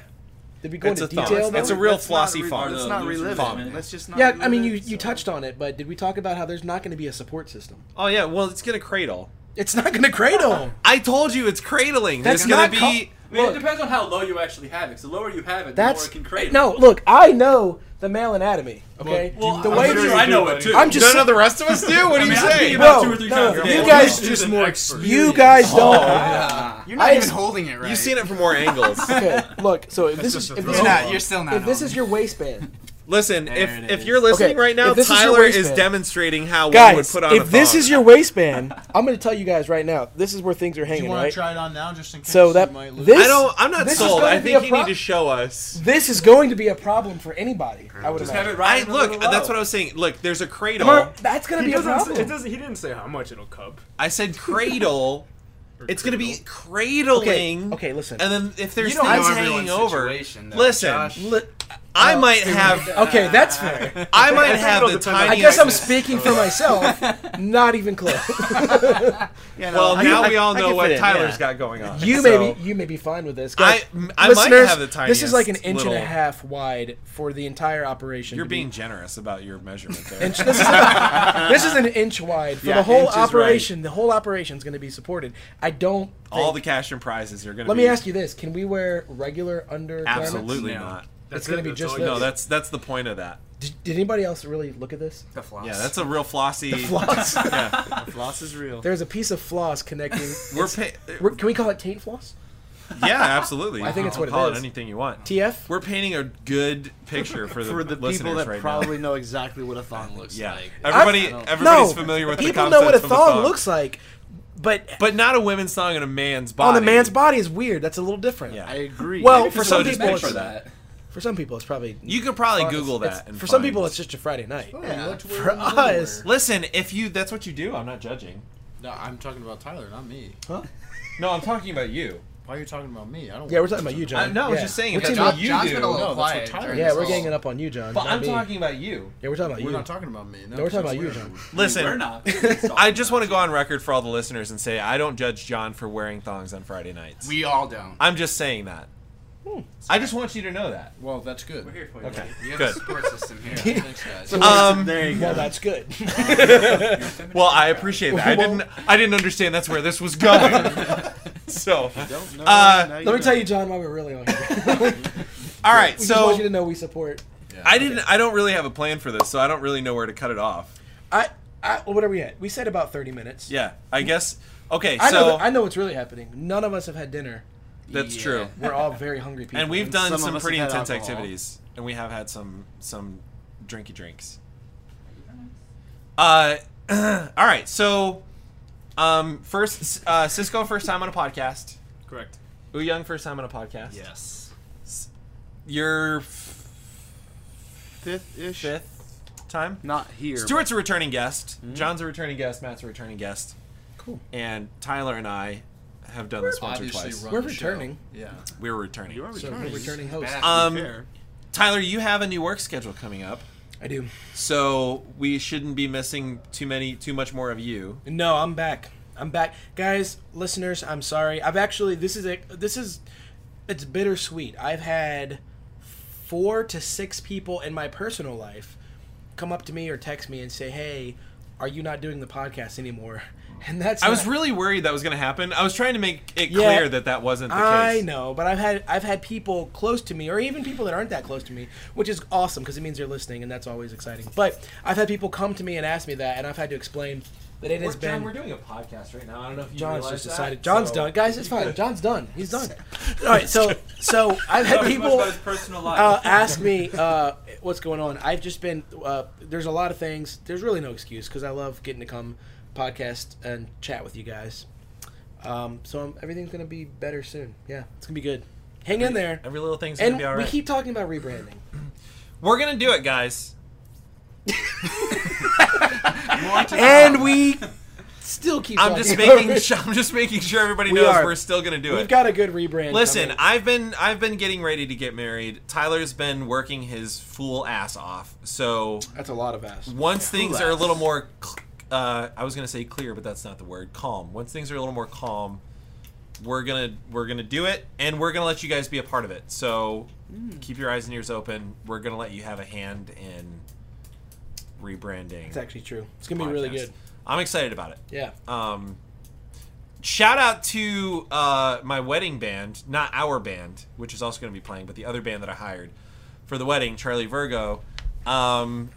Speaker 3: Did we go
Speaker 1: it's a
Speaker 3: into
Speaker 1: thumb.
Speaker 3: detail?
Speaker 1: It's a
Speaker 3: though?
Speaker 1: real
Speaker 5: Let's not
Speaker 1: flossy
Speaker 5: re-
Speaker 1: font.
Speaker 5: Let's not
Speaker 7: Font.
Speaker 5: relive
Speaker 7: Font.
Speaker 5: it. Let's just not.
Speaker 3: yeah,
Speaker 5: relive
Speaker 3: I mean, you
Speaker 5: it,
Speaker 3: you
Speaker 5: so-
Speaker 6: Ah.
Speaker 3: touched on it, but did we talk about how there's not going to be a support system?
Speaker 1: Oh yeah. Well, it's gonna cradle.
Speaker 3: It's not going to cradle.
Speaker 1: I told you it's cradling.
Speaker 3: That's
Speaker 1: There's gonna
Speaker 3: not
Speaker 1: be.
Speaker 3: called-
Speaker 7: I mean,
Speaker 3: Look.
Speaker 7: it depends on how low you actually have it. 'cause the lower you have it, the more
Speaker 3: That's
Speaker 7: it can crave.
Speaker 3: no. Look, I know the male anatomy. Okay,
Speaker 7: Well,
Speaker 3: the
Speaker 7: I'm
Speaker 3: way
Speaker 7: sure
Speaker 3: you-
Speaker 7: I know it too.
Speaker 3: I'm just
Speaker 1: None of the rest of us do. What do
Speaker 7: I
Speaker 1: you
Speaker 7: mean, I
Speaker 1: say?
Speaker 7: think about
Speaker 3: No,
Speaker 7: two or three
Speaker 3: no,
Speaker 7: times
Speaker 3: no,
Speaker 7: a day.
Speaker 3: you guys
Speaker 4: He's just more expert.
Speaker 3: you guys don't.
Speaker 6: You're not
Speaker 3: I
Speaker 6: even
Speaker 3: just-
Speaker 6: holding it right.
Speaker 1: You've seen it from more angles.
Speaker 3: Okay, look. So if this is if this
Speaker 1: Oh.
Speaker 6: You're
Speaker 3: is,
Speaker 6: not. You're still not.
Speaker 3: if this is
Speaker 6: holding
Speaker 3: your waistband,
Speaker 1: Listen,
Speaker 6: There
Speaker 1: if
Speaker 6: it
Speaker 1: if
Speaker 6: is.
Speaker 1: you're listening
Speaker 3: Okay,
Speaker 1: right now,
Speaker 3: if this is your
Speaker 1: Tyler is
Speaker 3: waistband-
Speaker 1: demonstrating how one would
Speaker 3: guys,
Speaker 1: put on a
Speaker 3: if this
Speaker 1: thong.
Speaker 3: is your waistband, I'm going to tell you guys right now. This is where things are
Speaker 4: Do you
Speaker 3: hanging,
Speaker 4: want
Speaker 3: right?
Speaker 4: to try it on now, just in case?
Speaker 3: So
Speaker 4: you
Speaker 3: that-
Speaker 4: might lose?
Speaker 3: this-
Speaker 1: I don't. I'm not
Speaker 3: this is
Speaker 1: sold.
Speaker 3: gonna
Speaker 1: I
Speaker 3: be
Speaker 1: think
Speaker 3: a
Speaker 1: you
Speaker 3: pro-
Speaker 1: need to show us.
Speaker 3: this is going to be a problem for anybody. I would
Speaker 7: Just have
Speaker 3: imagine.
Speaker 7: it
Speaker 1: I
Speaker 7: right.
Speaker 1: look. That's what I was saying. Look, there's a cradle.
Speaker 3: Or- That's going to
Speaker 2: He
Speaker 3: be a
Speaker 2: doesn't.
Speaker 3: problem.
Speaker 2: It doesn't. He didn't say how much it'll cup.
Speaker 1: I said cradle. It's going to be cradling.
Speaker 3: Okay, okay, listen.
Speaker 1: And then if there's
Speaker 6: You don't
Speaker 1: things
Speaker 6: know
Speaker 1: hanging
Speaker 6: everyone's
Speaker 1: over,
Speaker 6: situation, though,
Speaker 1: listen.
Speaker 6: Josh.
Speaker 3: Li-
Speaker 1: I might have.
Speaker 3: okay, that's fair.
Speaker 1: I might
Speaker 2: think
Speaker 1: have
Speaker 2: it'll
Speaker 1: the
Speaker 2: depend on-
Speaker 1: tiniest.
Speaker 3: I guess I'm speaking for myself. Not even close.
Speaker 5: Yeah, no,
Speaker 1: Well,
Speaker 5: I-
Speaker 1: now
Speaker 3: I-
Speaker 1: we all
Speaker 3: I
Speaker 1: know
Speaker 3: can
Speaker 1: what
Speaker 3: fit in,
Speaker 1: Tyler's
Speaker 3: yeah.
Speaker 1: got going on.
Speaker 3: You
Speaker 1: so-
Speaker 3: may be you may be fine with this.
Speaker 1: I-
Speaker 3: Guys,
Speaker 1: I might
Speaker 3: listeners,
Speaker 1: have the
Speaker 3: This is like an
Speaker 1: tiniest
Speaker 3: inch and a
Speaker 1: little-
Speaker 3: half wide for the entire operation.
Speaker 1: You're
Speaker 3: to be-
Speaker 1: being generous about your measurement there.
Speaker 3: Inch- this, is about- this is an inch wide for
Speaker 2: Yeah,
Speaker 3: the whole
Speaker 2: inch is right.
Speaker 3: operation. The whole operation is going to be supported. I don't.
Speaker 1: all the
Speaker 3: think-
Speaker 1: cash and prizes are going to.
Speaker 3: Let me ask you this: Can we wear regular undergarments?
Speaker 1: Absolutely
Speaker 7: No.
Speaker 1: not.
Speaker 3: It's gonna be just
Speaker 1: No,
Speaker 3: this.
Speaker 1: that's that's the point of that.
Speaker 3: Did, did anybody else really look at this?
Speaker 6: The floss.
Speaker 1: Yeah, that's a real flossy.
Speaker 3: Floss.
Speaker 1: yeah,
Speaker 5: floss is real.
Speaker 3: There's a piece of floss connecting.
Speaker 1: we're pay-
Speaker 3: we're, can we call it taint floss?
Speaker 1: yeah, absolutely.
Speaker 3: I think it's what it
Speaker 1: call
Speaker 3: is.
Speaker 1: it anything you want.
Speaker 3: TF.
Speaker 1: We're painting a good picture for the,
Speaker 5: for the people
Speaker 1: listeners
Speaker 5: that
Speaker 1: right
Speaker 5: probably
Speaker 1: now.
Speaker 5: know exactly what a thong looks
Speaker 1: Yeah,
Speaker 5: like.
Speaker 1: everybody,
Speaker 5: I've-
Speaker 1: everybody's
Speaker 3: no,
Speaker 1: familiar with the
Speaker 3: people
Speaker 1: concept
Speaker 3: know what a
Speaker 1: of
Speaker 3: thong looks like, but
Speaker 1: but not a women's thong and a man's body.
Speaker 3: on a man's body is weird. That's a little different.
Speaker 1: Yeah.
Speaker 5: I agree.
Speaker 3: Well,
Speaker 5: Maybe
Speaker 3: for
Speaker 5: just
Speaker 3: some
Speaker 5: a
Speaker 3: people,
Speaker 5: picture
Speaker 3: it's,
Speaker 5: of that.
Speaker 3: for some people, it's probably
Speaker 1: You could probably
Speaker 3: it's-
Speaker 1: Google
Speaker 3: it's-
Speaker 1: that. and
Speaker 3: for some
Speaker 1: find-
Speaker 3: people, it's just a Friday night.
Speaker 4: Oh,
Speaker 5: Yeah.
Speaker 4: you like to wear
Speaker 3: For
Speaker 4: it when you wear it.
Speaker 3: us.
Speaker 1: Listen, if you—that's what you do. I'm not judging.
Speaker 4: No, I'm talking about Tyler, not me.
Speaker 1: No, I'm talking about you.
Speaker 4: Why are you talking about me? I don't.
Speaker 3: Yeah, we're talking about you, John.
Speaker 1: I- no, I
Speaker 3: yeah.
Speaker 1: was just saying,
Speaker 3: We're talking
Speaker 1: if John-
Speaker 3: about,
Speaker 6: Josh,
Speaker 1: you
Speaker 6: has
Speaker 1: do.
Speaker 6: been a little
Speaker 4: No, that's what
Speaker 6: quiet.
Speaker 4: Tyler
Speaker 6: during
Speaker 3: yeah,
Speaker 6: this
Speaker 3: we're
Speaker 6: whole-
Speaker 3: ganging up on you, John.
Speaker 1: But
Speaker 3: not
Speaker 1: I'm
Speaker 3: me.
Speaker 1: talking about you.
Speaker 3: Yeah, we're talking about
Speaker 4: We're
Speaker 3: you.
Speaker 4: not talking about me. No,
Speaker 3: No, we're talking
Speaker 4: that's
Speaker 3: about you,
Speaker 4: weird.
Speaker 3: John.
Speaker 1: Listen,
Speaker 7: We're not.
Speaker 1: I just want to go on record for all the listeners and say I don't judge John for wearing thongs on Friday nights.
Speaker 6: We all don't.
Speaker 1: I'm just saying that.
Speaker 3: Hmm.
Speaker 1: I just want you to know that.
Speaker 4: Well, that's good.
Speaker 7: We're here for you.
Speaker 1: Okay.
Speaker 6: We have
Speaker 1: Good.
Speaker 6: a support system here.
Speaker 4: Thanks, guys.
Speaker 1: Um,
Speaker 5: there you
Speaker 3: Well,
Speaker 5: go.
Speaker 3: that's good.
Speaker 1: Well, I appreciate that. I
Speaker 3: Well-
Speaker 1: didn't. I didn't understand that's where this was going. so,
Speaker 5: Don't know,
Speaker 1: Uh,
Speaker 5: now
Speaker 3: Let me
Speaker 5: know.
Speaker 3: tell you, John, why we're really on here.
Speaker 1: all right.
Speaker 3: We just want you
Speaker 1: So
Speaker 3: to know we support.
Speaker 1: I didn't. I don't really have a plan for this, so I don't really know where to cut it off.
Speaker 3: I, I, what are we at? We said about thirty minutes.
Speaker 1: Yeah. I guess. Okay.
Speaker 3: I know.
Speaker 1: So
Speaker 3: that- I know what's really happening. None of us have had dinner.
Speaker 1: that's
Speaker 6: Yeah.
Speaker 1: true.
Speaker 3: We're all very hungry people.
Speaker 1: And we've done
Speaker 5: some of
Speaker 1: some,
Speaker 5: us
Speaker 1: pretty
Speaker 5: have had
Speaker 1: intense
Speaker 5: alcohol.
Speaker 1: activities, and we have had some some drinky drinks. Uh, all right. So, um, first, uh, Cisco, first time on a podcast.
Speaker 2: Correct.
Speaker 1: Young first time on a podcast.
Speaker 6: Yes.
Speaker 1: Your f-
Speaker 5: fifth ish.
Speaker 1: fifth time.
Speaker 5: Not here. Mm-hmm.
Speaker 1: Stuart's a returning guest. John's a returning guest. Matt's a returning guest.
Speaker 3: Cool.
Speaker 1: And Tyler and I have done this once or
Speaker 4: Obviously
Speaker 1: twice.
Speaker 4: run
Speaker 3: We're
Speaker 4: the show.
Speaker 3: returning.
Speaker 4: Yeah.
Speaker 1: We We're returning.
Speaker 5: You are
Speaker 3: So
Speaker 5: returning.
Speaker 3: we're returning hosts.
Speaker 6: Back.
Speaker 1: Um,
Speaker 5: Fair.
Speaker 1: Tyler, you have a new work schedule coming up.
Speaker 3: I do.
Speaker 1: So we shouldn't be missing too many, too much more of you.
Speaker 3: No, I'm back. I'm back, guys, listeners. I'm sorry. I've actually this is a this is it's bittersweet. I've had four to six people in my personal life come up to me or text me and say, "Hey, are you not doing the podcast anymore?" And that's
Speaker 1: I was
Speaker 3: not-
Speaker 1: really worried that was going to happen. I was trying to make it
Speaker 3: Yeah.
Speaker 1: clear that that wasn't the
Speaker 3: I
Speaker 1: case.
Speaker 3: know, but I've had I've had people close to me, or even people that aren't that close to me, which is awesome because it means they're listening, and that's always exciting. But I've had people come to me and ask me that, and I've had to explain that it has been.
Speaker 1: doing a podcast right now. I don't know if you
Speaker 3: John's just decided. John's done, guys. It's fine. John's done. He's done. All right. So, so I've had
Speaker 7: Not as much
Speaker 3: people
Speaker 7: about his personal life.
Speaker 3: uh, ask me uh, what's going on. I've just been. Uh, there's a lot of things. There's really no excuse because I love getting to come podcast and chat with you guys. Um, so I'm, everything's gonna be better soon. Yeah, it's gonna be good. Hang in there.
Speaker 1: Every little thing's going to
Speaker 3: And
Speaker 1: be all
Speaker 3: we
Speaker 1: right.
Speaker 3: keep talking about rebranding.
Speaker 1: We're going to do it, guys.
Speaker 3: and we still keep.
Speaker 1: I'm
Speaker 3: talking
Speaker 1: just
Speaker 3: about
Speaker 1: making.
Speaker 3: it.
Speaker 1: Sure, I'm just making sure everybody
Speaker 3: We
Speaker 1: knows
Speaker 3: are.
Speaker 1: we're still going to do
Speaker 3: We've
Speaker 1: it.
Speaker 3: got a good rebrand.
Speaker 1: Listen,
Speaker 3: coming.
Speaker 1: I've been I've been getting ready to get married. Tyler's been working his fool ass off. So
Speaker 3: that's a lot of ass.
Speaker 1: once things are a little more, cl- uh, I was gonna say clear, but that's not the word. Calm. Once things are a little more calm, we're gonna we're gonna do it, and we're gonna let you guys be a part of it. So
Speaker 3: Hmm.
Speaker 1: keep your eyes and ears open. We're gonna let you have a hand in rebranding.
Speaker 3: It's actually true. It's gonna be really
Speaker 1: podcast.
Speaker 3: good.
Speaker 1: I'm excited about it.
Speaker 3: Yeah.
Speaker 1: Um, shout out to uh, my wedding band, not our band, which is also going to be playing, but the other band that I hired for the wedding, Charlie Virgo. Um,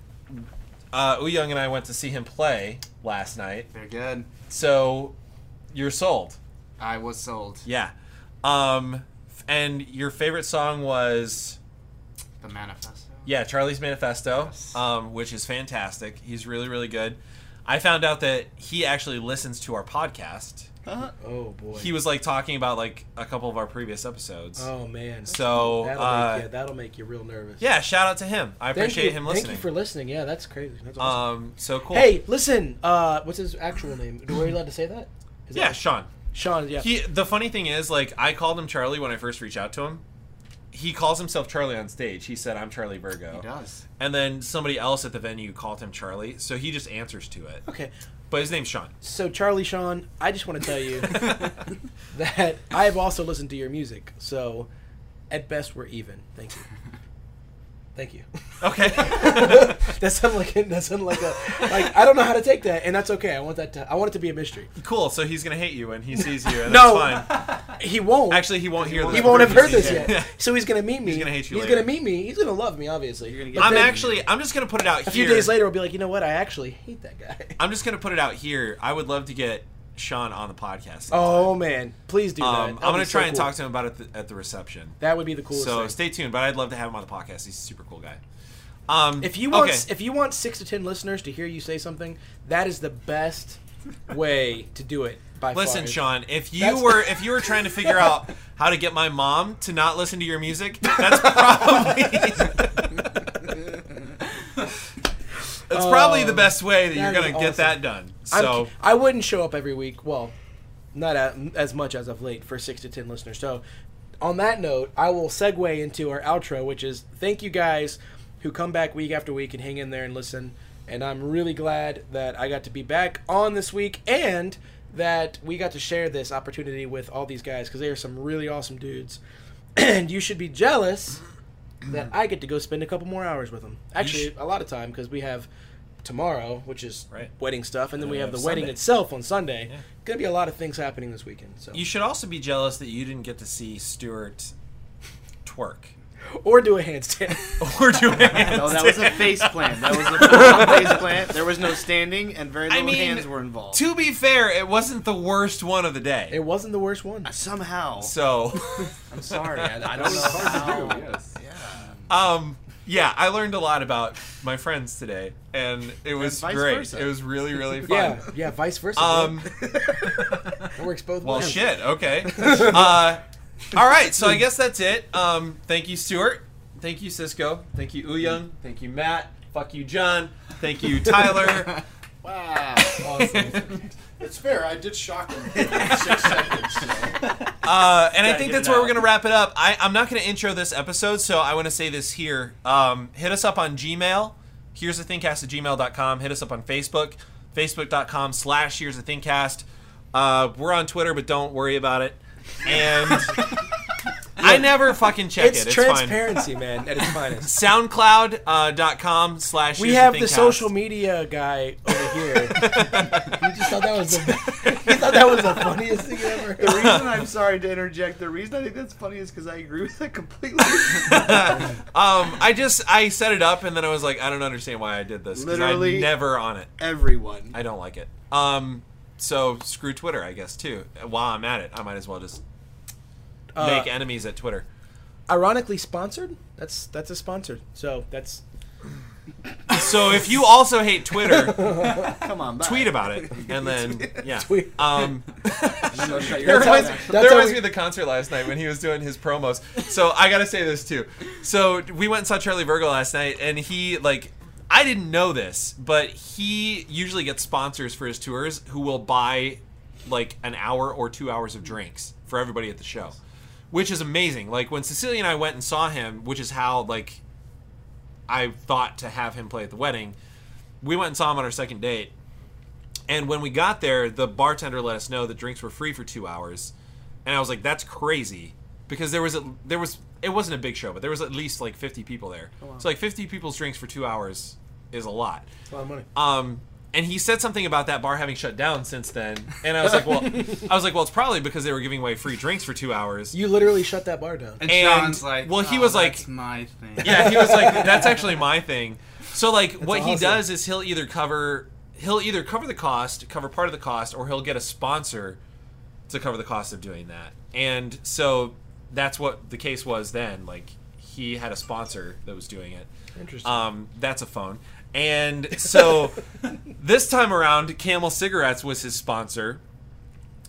Speaker 1: uh, Young and I went to see him play last night,
Speaker 6: They're good.
Speaker 1: so you're sold.
Speaker 6: I was sold.
Speaker 1: Yeah. Um, and your favorite song was.
Speaker 6: The manifesto.
Speaker 1: Yeah, Charlie's Manifesto,
Speaker 6: Yes.
Speaker 1: um, which is fantastic. He's really, really good. I found out that he actually listens to our podcast.
Speaker 3: Oh boy.
Speaker 1: he was like talking about like a couple of our previous episodes.
Speaker 3: Oh man.
Speaker 1: So,
Speaker 3: that'll,
Speaker 1: uh,
Speaker 3: make you, that'll make you real nervous.
Speaker 1: Yeah, shout out to him. I
Speaker 3: Thank
Speaker 1: appreciate
Speaker 3: you-
Speaker 1: him listening.
Speaker 3: Thank you for listening. Yeah, that's crazy. That's awesome. uh,
Speaker 1: um, so cool.
Speaker 3: Hey, listen. Uh, what's his actual name? Were we allowed to say that? Is
Speaker 1: yeah,
Speaker 3: that
Speaker 1: Sean.
Speaker 3: Sean, yeah.
Speaker 1: He the funny thing is, like, I called him Charlie when I first reached out to him. He calls himself Charlie on stage. He said, "I'm Charlie Virgo,"
Speaker 5: He does.
Speaker 1: and then somebody else at the venue called him Charlie, so he just answers to it.
Speaker 3: okay.
Speaker 1: But his name's Sean.
Speaker 3: So Charlie Sean, I just want to tell you that I have also listened to your music. So at best we're even. Thank you. Thank you.
Speaker 1: Okay.
Speaker 3: that sounded like that sounded like a like I don't know how to take that, and that's okay. I want that to I want it to be a mystery.
Speaker 1: cool. So he's gonna hate you when he sees you, and
Speaker 3: No.
Speaker 1: that's fine.
Speaker 3: He won't.
Speaker 1: Actually, he won't hear.
Speaker 3: he
Speaker 1: this
Speaker 3: won't have
Speaker 1: before
Speaker 3: heard
Speaker 1: he
Speaker 3: this
Speaker 1: sees you.
Speaker 3: yet. So he's gonna meet me.
Speaker 1: He's gonna hate you
Speaker 3: He's
Speaker 1: later.
Speaker 3: gonna meet me. He's gonna love me, obviously. You're gonna
Speaker 5: get-
Speaker 1: I'm actually. I'm just gonna put it out
Speaker 3: a few
Speaker 1: here.
Speaker 3: days later. I'll be like, you know what? I actually hate that guy.
Speaker 1: I'm just gonna put it out here. I would love to get Sean on the podcast.
Speaker 3: Oh man, please do that.
Speaker 1: um,
Speaker 3: That'd
Speaker 1: I'm gonna
Speaker 3: be so
Speaker 1: try and
Speaker 3: cool.
Speaker 1: talk to him about it th- at the reception.
Speaker 3: That would be the coolest
Speaker 1: so
Speaker 3: thing.
Speaker 1: stay tuned. But I'd love to have him on the podcast. He's a super cool guy. Um,
Speaker 3: If you want,
Speaker 1: okay.
Speaker 3: if you want six to ten listeners to hear you say something, that is the best way to do it. By
Speaker 1: Listen,
Speaker 3: far.
Speaker 1: Sean, if you
Speaker 3: That's-
Speaker 1: were if you were trying to figure out how to get my mom to not listen to your music, that's probably That's probably the best way that you're
Speaker 3: Oh, that'd be
Speaker 1: gonna get
Speaker 3: awesome.
Speaker 1: that done.
Speaker 3: I'm-
Speaker 1: So
Speaker 3: I wouldn't show up every week. Well, not a, as much as of late for six to ten listeners. So, on that note, I will segue into our outro, which is thank you guys who come back week after week and hang in there and listen. And I'm really glad that I got to be back on this week and that we got to share this opportunity with all these guys because they are some really awesome dudes. and you should be jealous that I get to go spend a couple more hours with them. Actually, a lot of time because we have tomorrow, which is
Speaker 1: Right.
Speaker 3: wedding stuff, and then we
Speaker 1: we
Speaker 3: have the
Speaker 1: have
Speaker 3: wedding
Speaker 1: Sunday.
Speaker 3: itself on Sunday. Gonna be a lot of things happening this weekend. So
Speaker 1: you should also be jealous that you didn't get to see Stuart twerk
Speaker 3: or do a handstand.
Speaker 1: or do
Speaker 5: No, that was a
Speaker 1: it.
Speaker 5: face plant. That was a face plant. There was no standing, and very little
Speaker 1: mean,
Speaker 5: hands were involved.
Speaker 1: To be fair, it wasn't the worst one of the day.
Speaker 3: it wasn't the worst one.
Speaker 5: Somehow,
Speaker 1: So,
Speaker 5: I'm sorry. I, I don't know
Speaker 2: Hard to do,
Speaker 5: how.
Speaker 2: yes.
Speaker 1: um, yeah, I learned a lot about my friends today, and it was
Speaker 5: vice
Speaker 1: great.
Speaker 5: versa.
Speaker 1: It was really, really fun.
Speaker 3: yeah, yeah, vice versa.
Speaker 1: Um,
Speaker 3: it works both
Speaker 1: well,
Speaker 3: ways.
Speaker 1: shit. Okay. Uh, all right. So I guess that's it. Um, thank you, Stuart. Thank you, Cisco. Thank you, Uyung. Thank you, Matt. Fuck you, John. Thank you, Tyler.
Speaker 4: Wow. Awesome. it's fair. I did shock him for six seconds. So.
Speaker 1: Uh, and I think
Speaker 7: get
Speaker 1: that's
Speaker 7: it
Speaker 1: where
Speaker 7: out.
Speaker 1: we're going to wrap it up. I, I'm not going to intro this episode, so I want to say this here. Um, hit us up on Gmail. Here's the thingcast at gmail.com. Hit us up on Facebook, facebook.com slash here's the thingcast. Uh, we're on Twitter, but don't worry about it. And I never fucking check
Speaker 3: It's,
Speaker 1: it. It's fine.
Speaker 3: transparency, man, at its finest.
Speaker 1: SoundCloud.com uh, dot com slash
Speaker 3: We
Speaker 1: Here's
Speaker 3: have the,
Speaker 1: Thingcast.
Speaker 3: social media guy over here. he just thought that was the he thought that was the funniest thing you ever.
Speaker 5: The
Speaker 3: Heard.
Speaker 5: reason I'm sorry to interject. The reason I think that's funny is because I agree with that completely.
Speaker 1: Um, I just, I set it up and then I was like, I don't understand why I did this. 'cause
Speaker 5: Literally-
Speaker 1: I'm never on it.
Speaker 5: Everyone.
Speaker 1: I don't like it. Um, so screw Twitter, I guess too. While I'm at it, I might as well just
Speaker 3: Uh,
Speaker 1: make enemies at Twitter.
Speaker 3: ironically sponsored. That's that's a sponsored. So that's
Speaker 1: So if you also hate Twitter,
Speaker 5: Come on, back.
Speaker 1: tweet about it, and then yeah.
Speaker 3: Tweet.
Speaker 1: Um, that
Speaker 3: That's how-
Speaker 1: reminds,
Speaker 3: that's
Speaker 1: that
Speaker 3: how
Speaker 1: reminds
Speaker 3: we-
Speaker 1: me of the concert last night when he was doing his promos. So I gotta say this too. So we went and saw Charlie Virgo last night, and he like. I didn't know this, but he usually gets sponsors for his tours who will buy like an hour or two hours of drinks for everybody at the show, which is amazing. Like when Cecilia and I went and saw him, which is how like I thought to have him play at the wedding. We went and saw him on our second date, and when we got there, the bartender let us know the drinks were free for two hours, and I was like, "That's crazy," because there was a, there was it wasn't a big show, but there was at least like fifty people there.
Speaker 3: Oh,
Speaker 1: So like fifty people's drinks for two hours is a lot.
Speaker 3: a lot of money.
Speaker 1: Um, and he said something about that bar having shut down since then, and I was like, "Well, I was like, well, it's probably because they were giving away free drinks for two hours."
Speaker 3: You literally shut that bar down.
Speaker 7: And,
Speaker 1: And-
Speaker 7: Sean's like,
Speaker 1: well, he
Speaker 7: "Oh,
Speaker 1: was like-
Speaker 7: that's my thing.
Speaker 1: yeah, he was like, that's actually my thing. So like, what he
Speaker 3: awesome.
Speaker 1: does is he'll either cover he'll either cover the cost, cover part of the cost, or he'll get a sponsor to cover the cost of doing that. And so that's what the case was then. Like he had a sponsor that was doing it.
Speaker 3: Interesting.
Speaker 1: Um, that's a phone. And so this time around, Camel Cigarettes was his sponsor,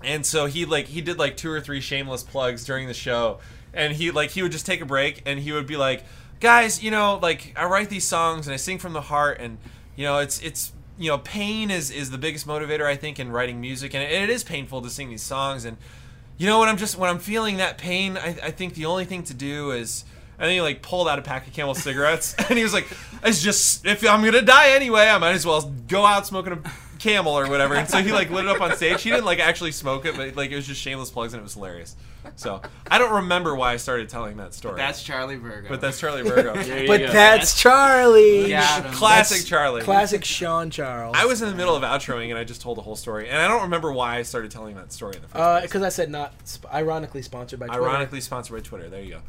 Speaker 1: and so he like he did like two or three shameless plugs during the show and he like he would just take a break and he would be like guys you know like i write these songs and i sing from the heart and you know it's it's you know, pain is is the biggest motivator I think in writing music, and it, it is painful to sing these songs. And you know, when I'm just when I'm feeling that pain, I, I think the only thing to do is. And then he like pulled out a pack of Camel cigarettes, and he was like, "It's just if I'm gonna die anyway, I might as well go out smoking a Camel or whatever." And so he like lit it up on stage. He didn't like actually smoke it, but like it was just shameless plugs, and it was hilarious. So I don't remember why I started telling that story.
Speaker 5: That's Charlie Virgo.
Speaker 1: but that's Charlie Virgo.
Speaker 7: There you
Speaker 3: But
Speaker 7: go.
Speaker 3: that's Charlie.
Speaker 5: Got him.
Speaker 1: Classic
Speaker 3: That's
Speaker 1: Charlie.
Speaker 3: Classic Sean Charles.
Speaker 1: I was in the middle of outroing and I just told the whole story, and I don't remember why I started telling that story in the first place.
Speaker 3: because Uh, I said not sp- ironically sponsored by Twitter.
Speaker 1: Ironically sponsored by Twitter. There you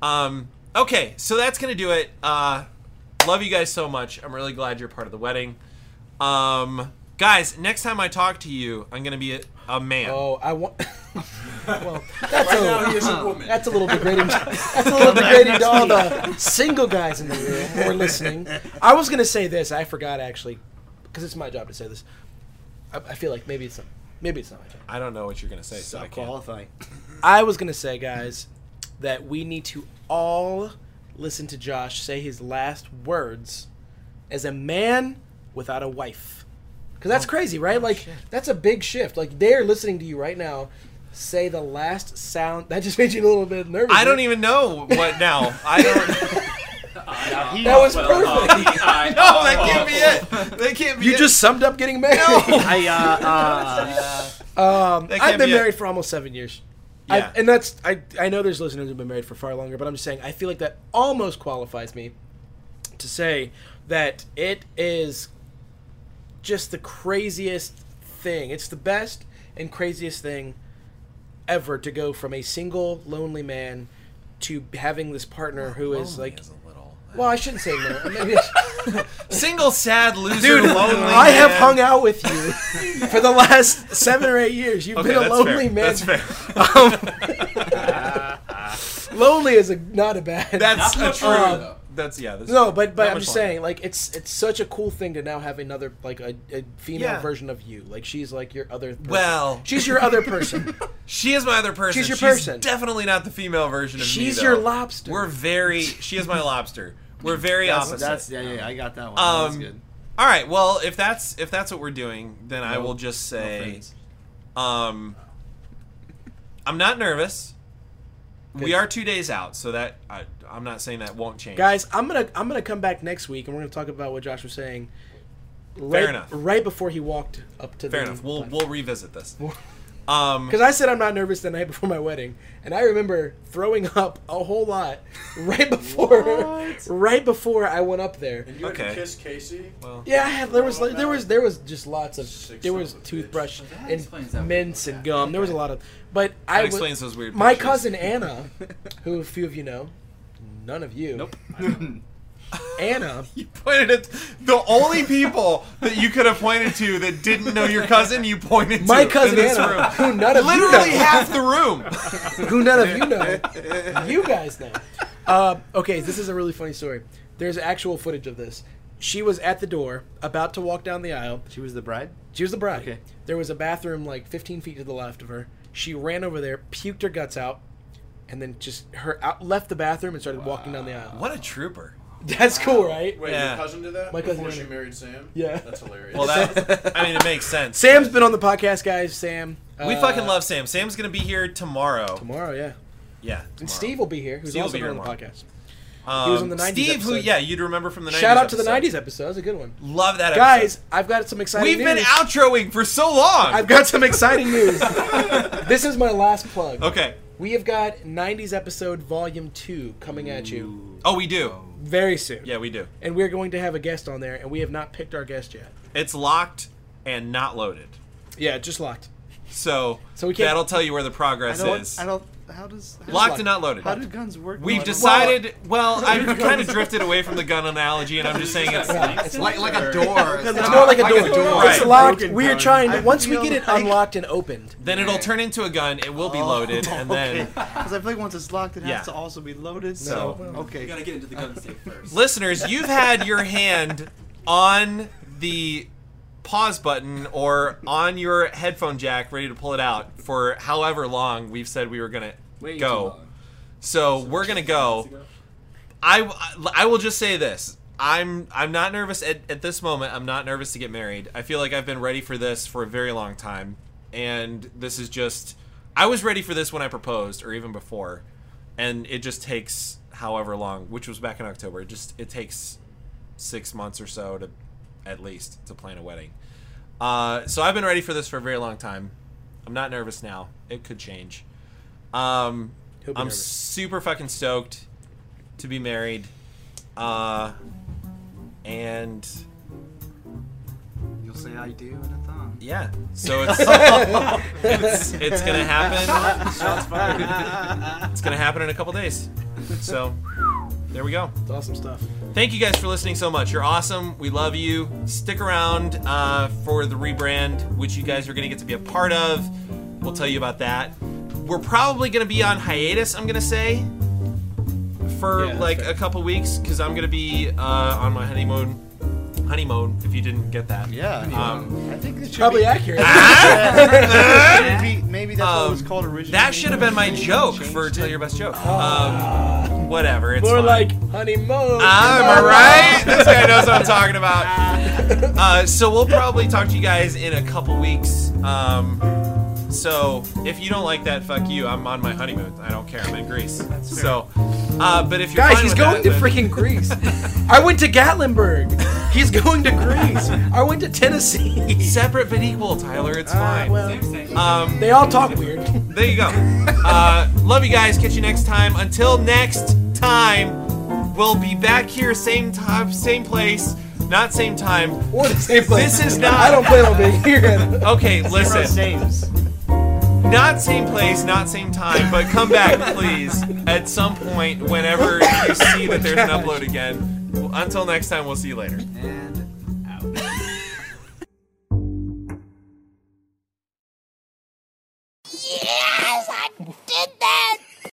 Speaker 1: go. Um, okay, so that's gonna do it. Uh, love you guys so much. I'm really glad you're part of the wedding. Um, guys, next time I talk to you, I'm gonna be a, a man.
Speaker 3: Oh, I want. well, that's a
Speaker 4: now he is a woman.
Speaker 3: that's a little degrading. That's a little degrading to all the single guys in the room who are listening. I was gonna say this. I forgot actually, because it's my job to say this. I, I feel like maybe it's not. Maybe it's not my job.
Speaker 1: I don't know what you're gonna say, so I
Speaker 5: Stop
Speaker 1: can't.
Speaker 5: qualifying.
Speaker 3: I was gonna say, guys, that we need to all listen to Josh say his last words as a man without a wife, because that's crazy, right? like that's a big shift. Like they are listening to you right now. Say the last sound. That just made you a little bit nervous.
Speaker 1: I don't
Speaker 3: right?
Speaker 1: even know what now. I don't.
Speaker 3: That was perfect.
Speaker 1: no, that can't be it. That can't be
Speaker 3: You
Speaker 1: it.
Speaker 3: just summed up getting married.
Speaker 5: I, uh,
Speaker 3: Um,
Speaker 1: That
Speaker 3: I've
Speaker 1: can't
Speaker 3: been
Speaker 1: be
Speaker 3: married
Speaker 1: it.
Speaker 3: for almost seven years.
Speaker 1: Yeah.
Speaker 3: I, and that's I, I know there's listeners who've been married for far longer, but I'm just saying I feel like that almost qualifies me to say that it is just the craziest thing. It's the best and craziest thing ever to go from a single lonely man to having this partner who is like well, I shouldn't say no. Maybe I should-
Speaker 1: Single, sad, loser, lonely.
Speaker 3: I have
Speaker 1: man.
Speaker 3: hung out with you for the last seven or eight years. You've
Speaker 1: Okay,
Speaker 3: been a
Speaker 1: that's
Speaker 3: lonely
Speaker 1: fair.
Speaker 3: man. Um,
Speaker 1: That's fair.
Speaker 3: Lonely is a, not a bad.
Speaker 1: That's
Speaker 7: not
Speaker 1: a true.
Speaker 7: true,
Speaker 1: though. that's yeah. That's
Speaker 3: no, but but
Speaker 1: Not
Speaker 3: I'm
Speaker 1: much
Speaker 3: just
Speaker 1: longer.
Speaker 3: saying, like it's it's such a cool thing to now have another like a, a female
Speaker 1: Yeah.
Speaker 3: version of you. Like she's like your other. Person.
Speaker 1: Well,
Speaker 3: she's your other person.
Speaker 1: she is my other person.
Speaker 3: She's your person.
Speaker 1: Definitely not the female version of me.
Speaker 3: she's
Speaker 1: though.
Speaker 3: your lobster.
Speaker 1: We're very. She is my lobster. We're very
Speaker 5: that's,
Speaker 1: opposite.
Speaker 5: that's yeah, yeah, yeah, I got that one. that was
Speaker 1: Um,
Speaker 5: good.
Speaker 1: All right. Well, if that's if that's what we're doing, then I will just
Speaker 5: No
Speaker 1: say,
Speaker 5: offense.
Speaker 1: um, I'm not nervous. We are two days out, so that I, I'm not saying that won't change.
Speaker 3: guys. I'm gonna I'm gonna come back next week and we're gonna talk about what Josh was saying. Right,
Speaker 1: enough.
Speaker 3: Right before he walked up to
Speaker 1: fair
Speaker 3: the
Speaker 1: enough. We'll
Speaker 3: platform.
Speaker 1: we'll revisit this. Um,
Speaker 3: Because I said I'm not nervous the night before my wedding, and I remember throwing up a whole lot right before, right before I went up there.
Speaker 7: You had to
Speaker 1: Okay.
Speaker 7: kiss Casey.
Speaker 3: Yeah, I had, there was like, there was there was just lots of
Speaker 7: Sick
Speaker 3: there
Speaker 7: son
Speaker 3: was
Speaker 7: of a bitch.
Speaker 3: toothbrush
Speaker 7: That explains that
Speaker 3: and mints and gum. There was a lot of, but I
Speaker 1: that
Speaker 3: was
Speaker 1: explains those weird.
Speaker 3: my
Speaker 1: pictures.
Speaker 3: cousin Anna, who a few of you know, none of you. Nope. Anna,
Speaker 1: pointed at the only people that you could have pointed to that didn't know your cousin. You pointed to
Speaker 3: my
Speaker 1: in
Speaker 3: cousin
Speaker 1: this
Speaker 3: Anna,
Speaker 1: room.
Speaker 3: who none of
Speaker 1: Literally
Speaker 3: you know,
Speaker 1: half the room.
Speaker 3: who none of you know. You guys know. Uh, okay, this is a really funny story. There's actual footage of this. She was at the door, about to walk down the aisle.
Speaker 5: She was the bride.
Speaker 3: She was the bride.
Speaker 5: Okay.
Speaker 3: There was a bathroom like 15 feet to the left of her. She ran over there, puked her guts out, and then just her out left the bathroom and started walking down the aisle.
Speaker 1: What a trooper!
Speaker 3: That's cool, right?
Speaker 4: Wait,
Speaker 1: Yeah.
Speaker 4: your cousin did that
Speaker 3: My cousin
Speaker 4: before
Speaker 3: did
Speaker 4: she
Speaker 3: it.
Speaker 4: married Sam.
Speaker 3: Yeah.
Speaker 4: that's hilarious.
Speaker 1: Well, that I mean, it makes sense.
Speaker 3: Sam's been on the podcast, guys. Sam.
Speaker 1: We
Speaker 3: uh,
Speaker 1: fucking love Sam. Sam's gonna be here tomorrow.
Speaker 3: tomorrow, yeah.
Speaker 1: Yeah,
Speaker 3: And
Speaker 1: tomorrow.
Speaker 3: Steve will be here, who's
Speaker 1: Steve will
Speaker 3: also
Speaker 1: be here
Speaker 3: been on the
Speaker 1: tomorrow.
Speaker 3: podcast.
Speaker 1: Um,
Speaker 3: he was on the 90s
Speaker 1: Steve, who
Speaker 3: episode.
Speaker 1: yeah, you'd remember from the 90s.
Speaker 3: Shout out to the
Speaker 1: episode.
Speaker 3: 90s episode. That was a good one.
Speaker 1: Love that,
Speaker 3: Guys,
Speaker 1: episode.
Speaker 3: I've got some exciting
Speaker 1: We've
Speaker 3: news.
Speaker 1: been outroing for so long.
Speaker 3: I've got some exciting news. this is my last plug.
Speaker 1: okay.
Speaker 3: We have got 90s episode volume 2 coming at you
Speaker 1: Oh, we do.
Speaker 3: very soon.
Speaker 1: Yeah, we do.
Speaker 3: and we're going to have a guest on there, and we have not picked our guest yet.
Speaker 1: It's locked and not loaded.
Speaker 3: Yeah, just locked.
Speaker 1: So,
Speaker 3: So we can't-
Speaker 1: that'll tell you where the
Speaker 5: I
Speaker 1: progress
Speaker 5: don't.
Speaker 1: is.
Speaker 5: I don't. How does how
Speaker 1: locked
Speaker 3: locked.
Speaker 1: and not loaded.
Speaker 5: How do guns work?
Speaker 1: We've
Speaker 5: No, I don't-
Speaker 1: decided. Well, I've kind of drifted away from the gun analogy, and I'm just saying it's.
Speaker 3: Yeah, it's locked.
Speaker 4: like like a door.
Speaker 3: It's more like a door. It's
Speaker 1: Right.
Speaker 3: locked.
Speaker 2: Broken
Speaker 3: We are
Speaker 2: gun.
Speaker 3: trying.
Speaker 5: I
Speaker 3: once we
Speaker 5: feel
Speaker 3: get it
Speaker 5: like-
Speaker 3: unlocked and opened,
Speaker 1: Then it'll turn into a gun. It will be loaded, and then
Speaker 5: Because Oh, I feel like once it's locked, it has
Speaker 1: Yeah.
Speaker 5: to also be loaded.
Speaker 1: No.
Speaker 5: So
Speaker 7: You gotta
Speaker 5: okay,
Speaker 7: get into the gun safe first.
Speaker 1: listeners, you've had your hand on the pause button or on your headphone jack, ready to pull it out for however long we've said we were gonna
Speaker 7: Way
Speaker 1: go.
Speaker 7: Too long.
Speaker 1: So we're gonna go. I, I will just say this. I'm I'm not nervous at, at this moment. I'm not nervous to get married. I feel like I've been ready for this for a very long time, and this is just I was ready for this when I proposed, or even before, and it just takes however long, which was back in October. It just it takes six months or so to at least to plan a wedding. Uh, so I've been ready for this for a very long time. I'm not nervous now. It could change. Um,
Speaker 3: He'll be
Speaker 1: I'm
Speaker 3: nervous.
Speaker 1: super fucking stoked to be married. Uh, and
Speaker 5: You'll say I do in a thong.
Speaker 1: yeah, so it's it's, it's gonna happen. It's gonna happen in a couple days. So there we go.
Speaker 3: It's awesome stuff.
Speaker 1: Thank you guys for listening so much. You're awesome. We love you. Stick around uh, for the rebrand, which you guys are going to get to be a part of. We'll tell you about that. We're probably going to be on hiatus, I'm going to say, for
Speaker 3: Yeah, that's
Speaker 1: like
Speaker 3: fair.
Speaker 1: a couple weeks because I'm going to be uh, on my honeymoon. Honeymoon, if you didn't get that.
Speaker 5: Yeah.
Speaker 1: Um,
Speaker 5: I think it should
Speaker 3: Probably
Speaker 5: be,
Speaker 3: accurate.
Speaker 5: maybe, maybe that's what it was
Speaker 1: Um,
Speaker 5: called originally.
Speaker 1: That should have been my
Speaker 5: Maybe
Speaker 1: joke
Speaker 5: changed
Speaker 1: for
Speaker 5: it. Ah.
Speaker 1: Tell Your Best Joke. Um, whatever. It's
Speaker 3: More
Speaker 1: fine.
Speaker 3: like honeymoon. Ah,
Speaker 1: I'm alright. This guy knows what I'm talking about. Uh, so we'll probably talk to you guys in a couple weeks. Um, so if you don't like that, fuck you. I'm on my honeymoon. I don't care. I'm in Greece. So, uh, but if you're
Speaker 3: Guys,
Speaker 1: fine
Speaker 3: he's
Speaker 1: with
Speaker 3: going
Speaker 1: that,
Speaker 3: to
Speaker 1: then-
Speaker 3: freaking Greece. I went to Gatlinburg. He's going to Greece. I went to Tennessee.
Speaker 1: separate but equal, Tyler. It's fine.
Speaker 3: Ah, well,
Speaker 1: um,
Speaker 3: they all talk weird.
Speaker 1: there you go. Uh, love you guys. Catch you next time. Until next time, we'll be back here, same time, same place, not same time.
Speaker 3: Or the same place.
Speaker 1: This is not-
Speaker 3: I don't plan on being here.
Speaker 1: Okay, listen.
Speaker 5: Saves.
Speaker 1: Not same place, not same time, but come back, please, at some point whenever you see that there's an upload again. Until next time, we'll see you later.
Speaker 5: And